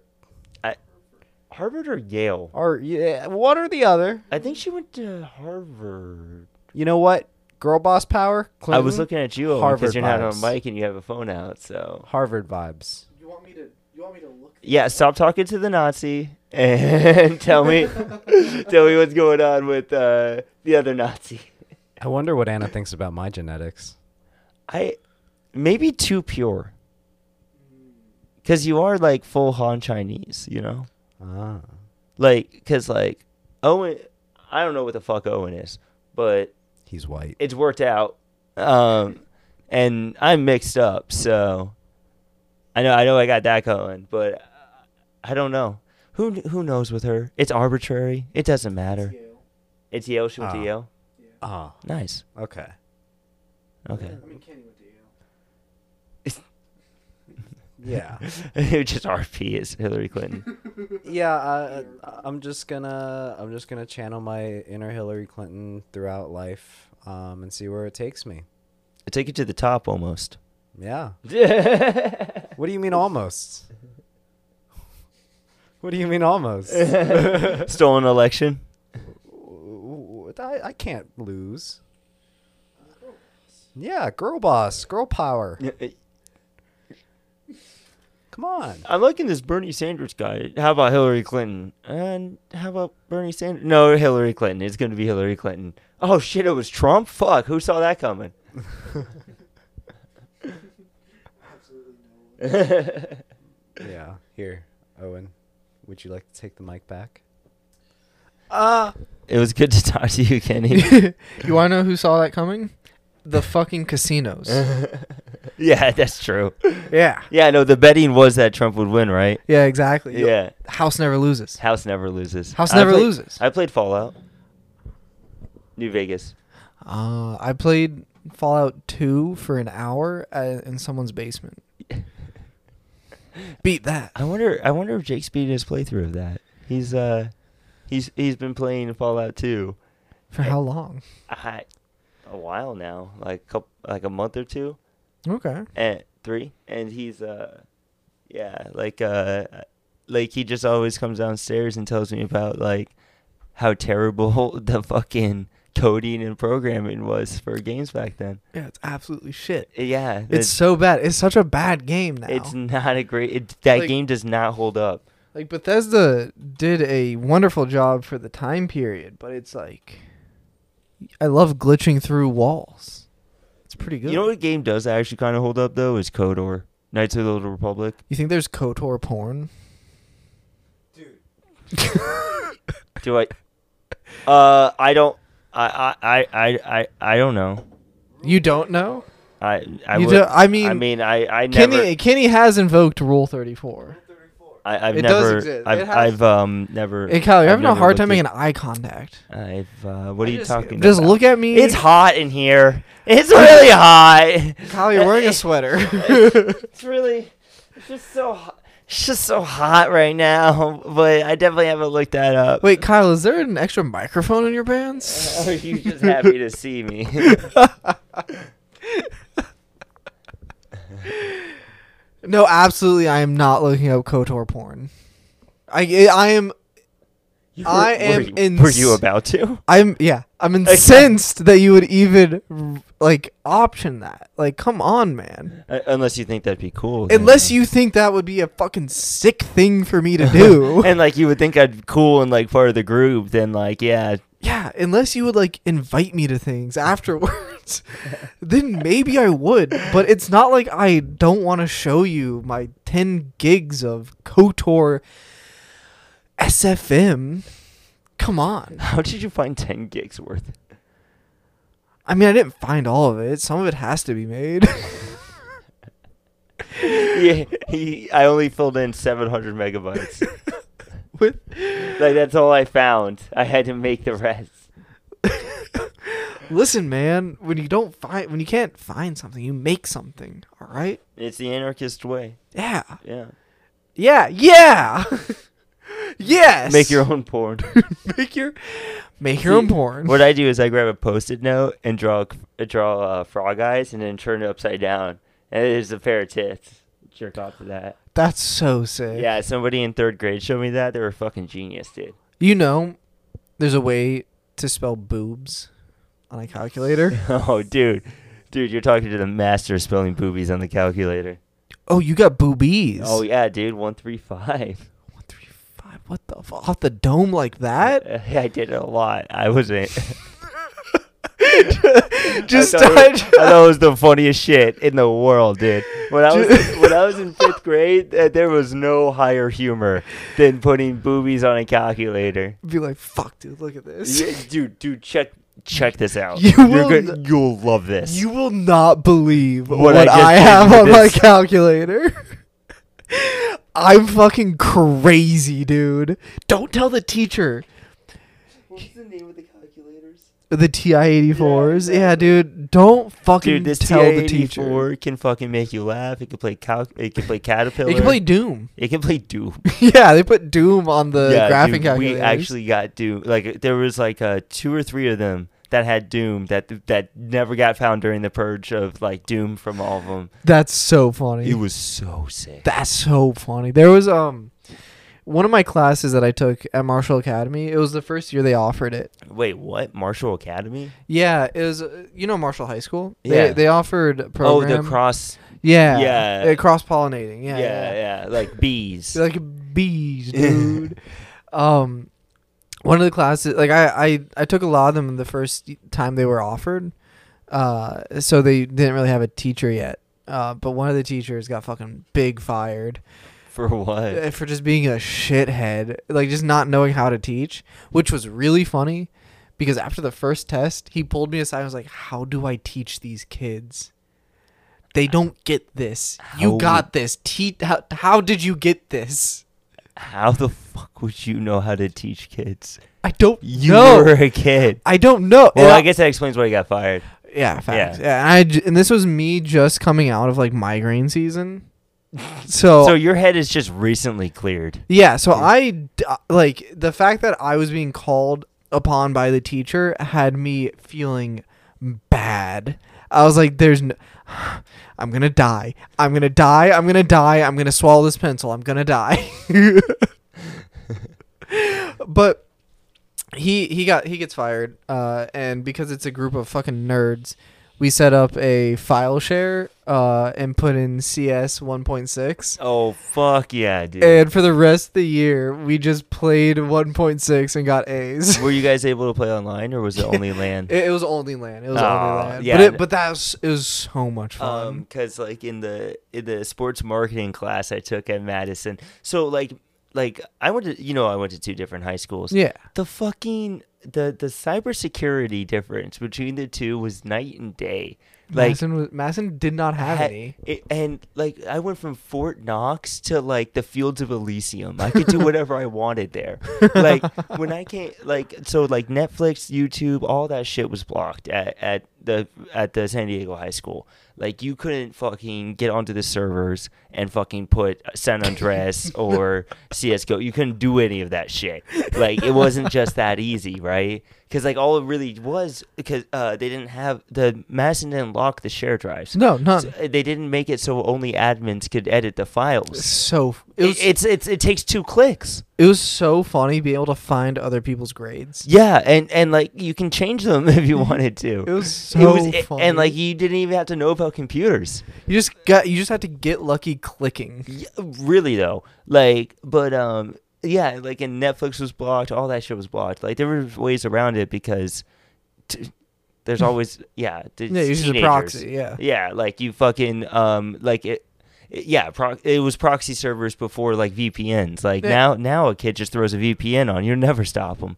Speaker 2: Harvard or Yale?
Speaker 3: or yeah, one or the other.
Speaker 2: I think she went to Harvard.
Speaker 3: You know what? Girl boss power.
Speaker 2: I
Speaker 3: Clinton,
Speaker 2: was looking at you Owen,
Speaker 3: Harvard
Speaker 2: because you're not on
Speaker 3: vibes.
Speaker 2: mic and you have a phone out. So
Speaker 3: Harvard vibes.
Speaker 1: You want me to? You want me to look?
Speaker 2: yeah, stop talking to the Nazi and [LAUGHS] tell
Speaker 3: [LAUGHS]
Speaker 2: me, tell me what's going on with uh, the other Nazi.
Speaker 3: I wonder what Anna thinks about my genetics.
Speaker 2: I maybe too pure. Cause you are like full Han Chinese, you know.
Speaker 3: Ah,
Speaker 2: Like, cause like Owen, I don't know what the fuck Owen is, but
Speaker 3: he's white.
Speaker 2: it's worked out. Um, and I'm mixed up, so I know I know I got that going, but I don't know. Who kn- who knows with her? It's arbitrary. It doesn't matter. It's Yale. She went
Speaker 3: Ah.
Speaker 2: to Yale.
Speaker 3: Ah,
Speaker 2: Nice.
Speaker 3: okay.
Speaker 2: Okay.
Speaker 1: I mean, Kenny went to Yale.
Speaker 2: [LAUGHS]
Speaker 3: Yeah,
Speaker 2: Just RP is Hillary Clinton.
Speaker 3: yeah.
Speaker 1: [LAUGHS]
Speaker 3: Uh, I'm [LAUGHS] just gonna, I'm just gonna channel my inner Hillary Clinton throughout life, um, and see where it takes me.
Speaker 2: I take it to the top almost.
Speaker 3: Yeah.
Speaker 4: yeah,
Speaker 3: What do you mean almost? What do you
Speaker 2: [LAUGHS]
Speaker 3: mean almost?
Speaker 2: Stolen election.
Speaker 3: I, I can't lose.
Speaker 1: Oh,
Speaker 3: Yeah, girl boss, girl power. Come on.
Speaker 2: I'm liking this Bernie Sanders guy. How about Hillary Clinton? And how about Bernie Sanders? No, Hillary Clinton. It's going to be Hillary Clinton. Oh shit! It was Trump. Fuck. Who saw that coming?
Speaker 3: Yeah. Here, Owen, would you like to take the mic back? Uh
Speaker 2: It was good to talk to you, Kenny. [LAUGHS]
Speaker 1: you want to know who saw that coming? The fucking
Speaker 3: [LAUGHS]
Speaker 1: casinos.
Speaker 2: yeah, that's true.
Speaker 1: yeah.
Speaker 2: Yeah, no, the betting was that Trump would win, right?
Speaker 1: Yeah, exactly.
Speaker 2: Yeah.
Speaker 1: House never loses.
Speaker 2: House never loses.
Speaker 1: House
Speaker 2: I
Speaker 1: never
Speaker 2: played-
Speaker 1: loses.
Speaker 2: I played Fallout. New Vegas.
Speaker 1: Uh, I played Fallout 2 for an hour uh in someone's
Speaker 2: [LAUGHS]
Speaker 1: basement. Beat that.
Speaker 2: I wonder. I wonder if Jake's beat his playthrough of that. He's uh, he's he's been playing Fallout 2.
Speaker 1: For how long?
Speaker 2: I, a while now, like couple, like a month or two,
Speaker 1: Okay.
Speaker 2: and three, and he's uh, yeah, like uh, like he just always comes downstairs and tells me about like how terrible [LAUGHS] the fucking coding and programming was for games back then.
Speaker 1: Yeah, it's absolutely shit.
Speaker 2: Yeah,
Speaker 1: It's so bad. It's such a bad game now.
Speaker 2: it's not a great. It, that
Speaker 1: Like-
Speaker 2: game does not hold up.
Speaker 1: like Bethesda did a wonderful job for the time period, but it's like I love glitching through walls. It's pretty good.
Speaker 2: You know what game does actually kind of hold up though is Kodor, Knights of the Old Republic.
Speaker 1: You think there's KOTOR porn?
Speaker 2: Do I? Uh, I don't. I I I I I, I don't know.
Speaker 1: [LAUGHS] You don't know?
Speaker 2: I I
Speaker 1: You
Speaker 2: would,
Speaker 1: don't- I mean-
Speaker 2: I mean I I never
Speaker 1: Kenny Kenny has invoked Rule 34.
Speaker 2: I, I've
Speaker 1: it does
Speaker 2: never
Speaker 1: exist.
Speaker 2: I've,
Speaker 1: It has-
Speaker 2: I've um never
Speaker 1: Hey Kyle, you're
Speaker 2: I've
Speaker 1: having a
Speaker 2: never
Speaker 1: hard time
Speaker 2: looked
Speaker 1: making eye contact.
Speaker 2: at- I've uh, what are
Speaker 1: I
Speaker 2: you
Speaker 1: just-
Speaker 2: talking
Speaker 1: Just
Speaker 2: about?
Speaker 1: look at me.
Speaker 2: It's hot in here.
Speaker 1: [LAUGHS]
Speaker 2: It's really hot.
Speaker 1: Kyle, you're
Speaker 2: [LAUGHS]
Speaker 1: wearing a sweater. [LAUGHS]
Speaker 2: It's really it's just so hot. It's just so hot right now, but I definitely haven't looked that up.
Speaker 1: Wait, Kyle, is there an extra microphone in your pants?
Speaker 2: [LAUGHS] Are you just happy to see
Speaker 1: [LAUGHS]
Speaker 2: me?
Speaker 1: No, absolutely. I am not looking up Kotor porn. I I am
Speaker 2: You
Speaker 1: I
Speaker 2: were-
Speaker 1: am
Speaker 2: were you,
Speaker 1: ins-
Speaker 2: Were you about to?
Speaker 1: I'm yeah. I'm incensed that you would even r- like option that. Like, come on, man.
Speaker 2: Uh, unless you think that'd be cool. then.
Speaker 1: Unless you think that would be a fucking sick thing for me to do.
Speaker 2: [LAUGHS] and like you would think I'd be cool and like part of the group, then like yeah,
Speaker 1: yeah, unless you would like invite me to things afterwards, then maybe I would. But it's not like I don't want to show you my 10 gigs of KOTOR SFM. Come on.
Speaker 2: how did you find ten gigs worth? [LAUGHS]
Speaker 1: I mean, I didn't find all of it. Some of it has to be made.
Speaker 2: yeah, he, I only filled in seven hundred megabytes.
Speaker 1: [LAUGHS] With
Speaker 2: like that's all I found. I had to make the rest.
Speaker 1: [LAUGHS] Listen, man, when you don't find when you can't find something, you make something, all right?
Speaker 2: It's the anarchist way.
Speaker 1: Yeah.
Speaker 2: Yeah,
Speaker 1: Yeah. Yeah. [LAUGHS] yes.
Speaker 2: make your own porn.
Speaker 1: [LAUGHS] make your make your own porn.
Speaker 2: what I do is I grab a post-it note and draw a- draw uh, frog eyes and then turn it upside down, and it is a pair of tits. Jerk off to that.
Speaker 1: That's so sick.
Speaker 2: Yeah, somebody in third grade showed me that. They were a fucking genius, dude.
Speaker 1: You know, there's a way to spell boobs on a
Speaker 2: [LAUGHS]
Speaker 1: calculator.
Speaker 2: Oh, dude. Dude, you're talking to the master of spelling boobies on the calculator.
Speaker 1: oh, you got boobies.
Speaker 2: Oh, yeah, dude. [LAUGHS] 135.
Speaker 1: One, three, five. What the fuck? Off the dome like that?
Speaker 2: I did it a lot.
Speaker 1: [LAUGHS]
Speaker 2: I wasn't.
Speaker 1: Just
Speaker 2: I thought, it,
Speaker 1: touch. [LAUGHS]
Speaker 2: I thought it was the funniest shit in the world, dude. When I was when I was in fifth grade, uh, there was no higher humor than putting boobies on
Speaker 1: [LAUGHS]
Speaker 2: a calculator.
Speaker 1: Be like, fuck, dude, look at this.
Speaker 2: Yeah, dude, dude, check check this out.
Speaker 1: You
Speaker 2: You're
Speaker 1: will
Speaker 2: gonna-
Speaker 1: n-
Speaker 2: you'll love this.
Speaker 1: You will not believe what,
Speaker 2: What I just
Speaker 1: I,
Speaker 2: did
Speaker 1: have
Speaker 2: with
Speaker 1: on my
Speaker 2: this.
Speaker 1: calculator. [LAUGHS] I'm fucking crazy, dude. Don't tell the teacher.
Speaker 2: What's the name of the calculators?
Speaker 1: The TI 84s. Yeah, dude. Don't fucking
Speaker 2: Dude, this
Speaker 1: tell the teacher.
Speaker 2: TI-84 can fucking make you laugh. It can play cal- It can play Caterpillar.
Speaker 1: It can play Doom.
Speaker 2: It can play [LAUGHS] Doom.
Speaker 1: [LAUGHS] yeah, they put Doom on the
Speaker 2: [LAUGHS] yeah,
Speaker 1: graphic
Speaker 2: dude, we
Speaker 1: calculator.
Speaker 2: actually got Doom. Like there was like uh, two or three of them that had Doom that that never got found during the purge of like Doom from all of them.
Speaker 1: That's so funny.
Speaker 2: It was so sick.
Speaker 1: That's so funny. There was um one of my classes that I took at Marshall Academy. It was the first year they offered it.
Speaker 2: Wait, what? Marshall Academy?
Speaker 1: Yeah, it was uh, you know Marshall High School.
Speaker 2: Yeah.
Speaker 1: They they offered a program.
Speaker 2: Oh, the cross.
Speaker 1: Yeah.
Speaker 2: Yeah.
Speaker 1: cross pollinating.
Speaker 2: Yeah,
Speaker 1: Yeah.
Speaker 2: yeah, like [LAUGHS] bees.
Speaker 1: You're like bees, dude. um, one of the classes, like I, I, I took a lot of them the first time they were offered. Uh, so they didn't really have a teacher yet. Uh, but one of the teachers got fucking big fired
Speaker 2: For what?
Speaker 1: uh, for just being a shithead, like just not knowing how to teach, which was really funny. Because after the first test, he pulled me aside and was like, "How do I teach these kids? They don't get this.
Speaker 2: How-
Speaker 1: You got this. Te- how, how did you get this?
Speaker 2: How the fuck would you know how to teach kids?
Speaker 1: I don't
Speaker 2: You
Speaker 1: know.
Speaker 2: were a [LAUGHS] kid.
Speaker 1: I don't know.
Speaker 2: Well,
Speaker 1: And
Speaker 2: I guess that explains why you got fired.
Speaker 1: Yeah, facts. Yeah, and, I j- and this was me just coming out of like migraine
Speaker 2: [LAUGHS]
Speaker 1: season. So,
Speaker 2: So your head is just recently cleared.
Speaker 1: yeah, so I d- uh, like the fact that I was being called upon by the teacher had me feeling bad. I was like, "There's, no- [SIGHS] I'm gonna die. I'm gonna die. I'm gonna die. I'm gonna swallow this pencil. I'm gonna die." [LAUGHS] but he he got he gets fired, uh, and because it's a group of fucking nerds, we set up a file share uh, and put in CS 1.6.
Speaker 2: Oh fuck yeah, dude.
Speaker 1: And for the rest of the year, we just played 1.6 and got A's.
Speaker 2: were you guys able to play online or was it only
Speaker 1: [LAUGHS]
Speaker 2: land?
Speaker 1: It, it was only land. It was
Speaker 2: Aw,
Speaker 1: only land.
Speaker 2: Oh, yeah.
Speaker 1: But it, but that was it was so much fun.
Speaker 2: Um, because like in the in the sports marketing class I took at Madison, so like like I went to you know I went to two different high schools.
Speaker 1: yeah.
Speaker 2: The fucking the the cybersecurity difference between the two was night and day. Like
Speaker 1: Masson, was, Masson did not have
Speaker 2: ha-
Speaker 1: any.
Speaker 2: it- and like I went from Fort Knox to like the fields of Elysium. I
Speaker 1: [LAUGHS]
Speaker 2: could do whatever I wanted there. Like when I came, like so, like Netflix, YouTube, all that shit was blocked at, at the at the San Diego High School. Like you couldn't fucking get onto the servers and fucking put
Speaker 1: [LAUGHS]
Speaker 2: San Andreas or CS:GO. You couldn't do any of that shit. Like it wasn't just that easy, right? Because like all it really was, because uh, they didn't have the Madison didn't lock the share drives.
Speaker 1: No, none.
Speaker 2: So, uh, they didn't make it so only admins could edit the files.
Speaker 1: So it
Speaker 2: It
Speaker 1: was it,
Speaker 2: it's it's it takes two clicks.
Speaker 1: was so funny being able to find other people's grades.
Speaker 2: Yeah, and and like you can change them [LAUGHS] if
Speaker 1: [LAUGHS]
Speaker 2: you wanted to.
Speaker 1: It was
Speaker 2: It
Speaker 1: so
Speaker 2: was- a-
Speaker 1: funny.
Speaker 2: and like you didn't even have to know about computers.
Speaker 1: you just got you just had to get lucky clicking.
Speaker 2: Y- really though, like but um yeah, like and Netflix was blocked, all that shit was blocked. Like there were ways around it because t-
Speaker 1: [LAUGHS]
Speaker 2: there's always yeah, th-
Speaker 1: Yeah, you
Speaker 2: it's
Speaker 1: just a
Speaker 2: teenagers.
Speaker 1: proxy. Yeah.
Speaker 2: Yeah, like you fucking um like it it- yeah, pro- it was proxy servers before like VPNs. Like
Speaker 1: Yeah.
Speaker 2: now now a kid just throws a VPN on, you'll never stop them.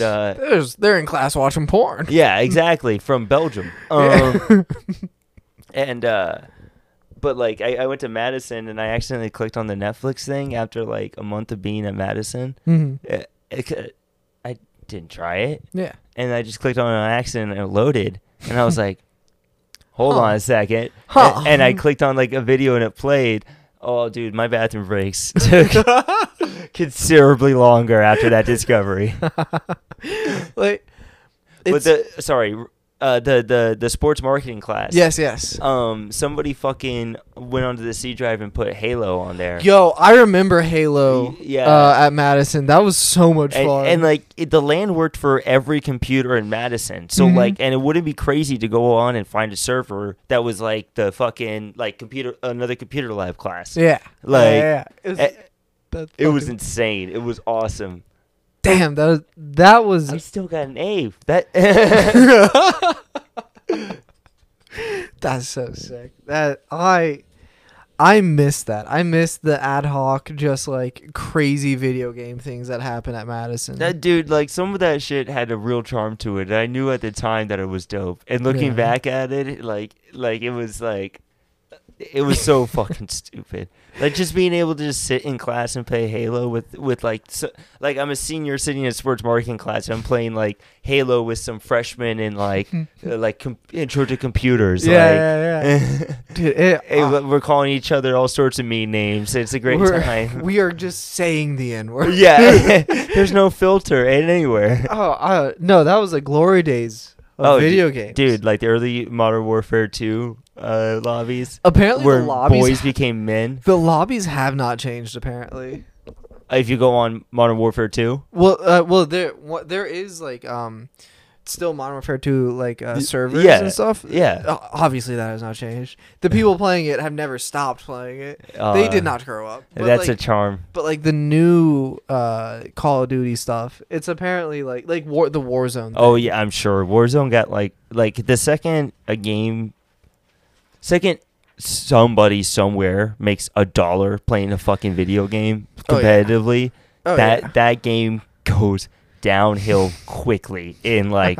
Speaker 1: [LAUGHS]
Speaker 2: uh
Speaker 1: There's they're in class watching porn.
Speaker 2: yeah, exactly, from Belgium. Um and uh but like I, I went to Madison and I accidentally clicked on the Netflix thing after like a month of being at Madison.
Speaker 1: Mhm.
Speaker 2: Uh, it c- I didn't try it
Speaker 1: Yeah.
Speaker 2: and I just clicked on it on accident and it loaded. And I was
Speaker 1: [LAUGHS]
Speaker 2: like, hold
Speaker 1: Huh.
Speaker 2: on a second.
Speaker 1: Huh.
Speaker 2: And, and I clicked on like a video and it played. Oh, dude, my bathroom breaks [LAUGHS] [LAUGHS] took
Speaker 1: [LAUGHS]
Speaker 2: considerably longer after that discovery.
Speaker 1: [LAUGHS] Like
Speaker 2: but
Speaker 1: [LAUGHS] it's,
Speaker 2: the, sorry, uh, the, the, the sports marketing class.
Speaker 1: yes, yes.
Speaker 2: Um, somebody fucking went onto the C drive and put Halo on there.
Speaker 1: Yo, I remember Halo
Speaker 2: Y- yeah.
Speaker 1: uh, at Madison. That was so much
Speaker 2: and,
Speaker 1: fun.
Speaker 2: and like it, the land worked for every computer in Madison. So
Speaker 1: Mhm.
Speaker 2: like, and it wouldn't be crazy to go on and find a server that was like the fucking like computer another computer lab class.
Speaker 1: yeah,
Speaker 2: like,
Speaker 1: Yeah, yeah, yeah.
Speaker 2: eh,
Speaker 1: that
Speaker 2: It was
Speaker 1: fucking-
Speaker 2: insane. It was awesome.
Speaker 1: damn. That was that was
Speaker 2: I still got an A.
Speaker 1: [LAUGHS]
Speaker 2: That [LAUGHS]
Speaker 1: that's so sick. That I I miss that. I miss the ad hoc, just like crazy video game things that happen at Madison.
Speaker 2: that dude, like some of that shit had a real charm to it. And I knew at the time that it was dope. And looking
Speaker 1: Yeah.
Speaker 2: back at it, like like it was like it was
Speaker 1: [LAUGHS]
Speaker 2: so fucking stupid. Like just being able to just sit in class and play Halo with with like so, like I'm a senior sitting in a sports marketing class. And I'm playing like Halo with some freshmen in
Speaker 1: [LAUGHS]
Speaker 2: like uh, like com- intro to computers.
Speaker 1: yeah,
Speaker 2: like,
Speaker 1: yeah, yeah,
Speaker 2: [LAUGHS]
Speaker 1: Dude, it-
Speaker 2: Hey,
Speaker 1: uh,
Speaker 2: we- we're calling each other all sorts of mean names. It's a great
Speaker 1: we're- [LAUGHS]
Speaker 2: time.
Speaker 1: We are just saying the n word.
Speaker 2: [LAUGHS] yeah, there's no filter in anywhere.
Speaker 1: Oh, uh, no, that was the glory days of
Speaker 2: Oh,
Speaker 1: video
Speaker 2: dude,
Speaker 1: games.
Speaker 2: dude. Like the early Modern Warfare Two uh, lobbies,
Speaker 1: apparently
Speaker 2: where
Speaker 1: Oh, the lobbies
Speaker 2: boys became men.
Speaker 1: [LAUGHS] the
Speaker 2: Uh,
Speaker 1: lobbies have not changed apparently.
Speaker 2: If you go on Modern Warfare Two,
Speaker 1: Well, uh, well, there, what, there is like, um, still Modern Warfare two like uh, servers
Speaker 2: yeah,
Speaker 1: and stuff.
Speaker 2: yeah.
Speaker 1: O- obviously that has not changed. The people playing it have never stopped playing it. they
Speaker 2: Uh,
Speaker 1: did not grow up. But
Speaker 2: that's a
Speaker 1: like,
Speaker 2: charm.
Speaker 1: but like the new uh, Call of Duty stuff, it's apparently like like war the Warzone.
Speaker 2: Oh yeah, I'm sure Warzone got like like the second a game, second somebody somewhere makes a dollar playing a fucking video game
Speaker 1: Oh, yeah.
Speaker 2: competitively,
Speaker 1: Oh,
Speaker 2: that
Speaker 1: yeah.
Speaker 2: that game goes downhill quickly in
Speaker 1: [LAUGHS]
Speaker 2: like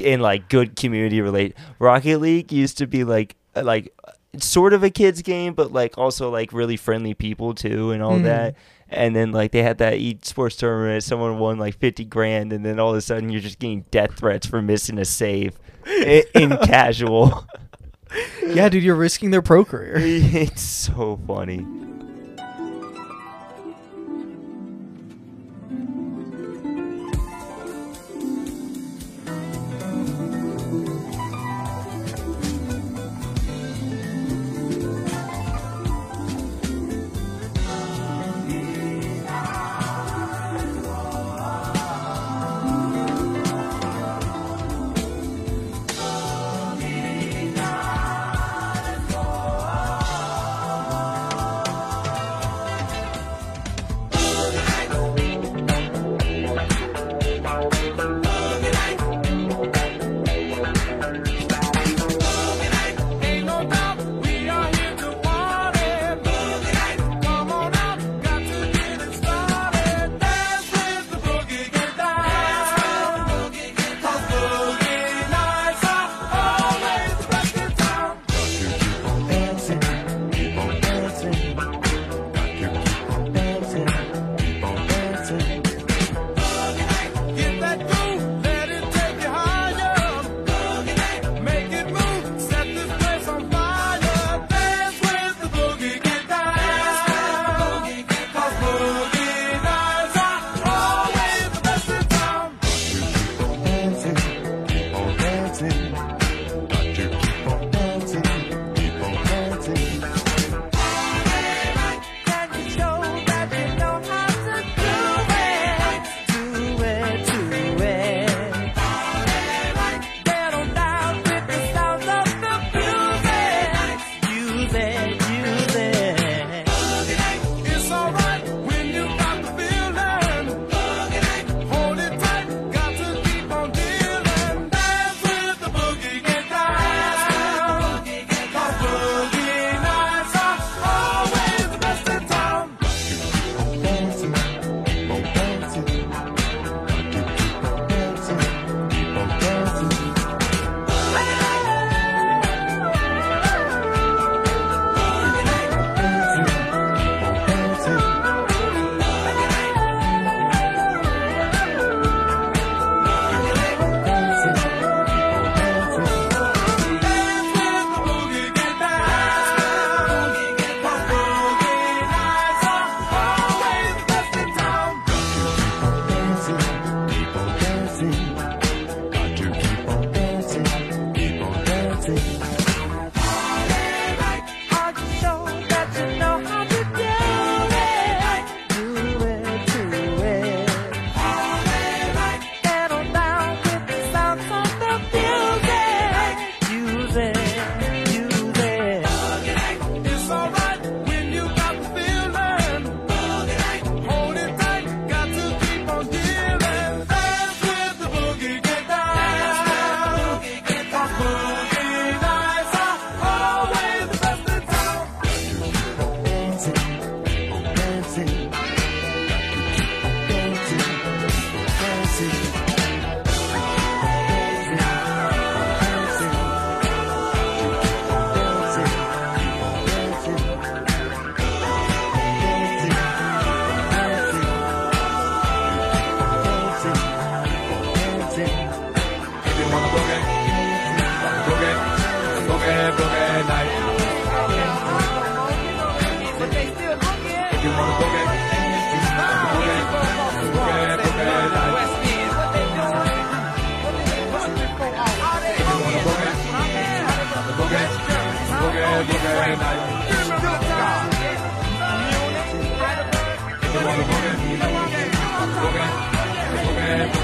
Speaker 2: in like good community relate. Rocket League used to be like uh, like sort of a kids game, but like also like really friendly people too and all
Speaker 1: Mhm.
Speaker 2: that. And then like they had that esports tournament, someone won like fifty grand, and then all of a sudden you're just getting death threats for missing a save
Speaker 1: [LAUGHS]
Speaker 2: in, in casual.
Speaker 1: yeah, dude, you're risking their pro career.
Speaker 2: [LAUGHS] it's so funny.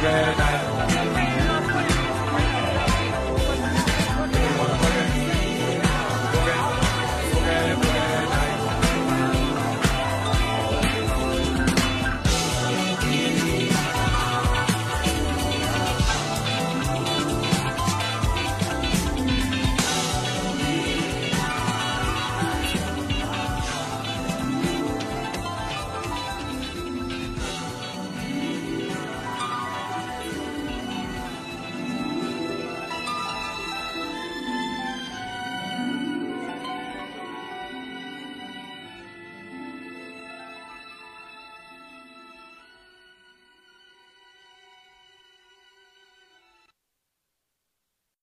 Speaker 5: Munich, Heidelberg,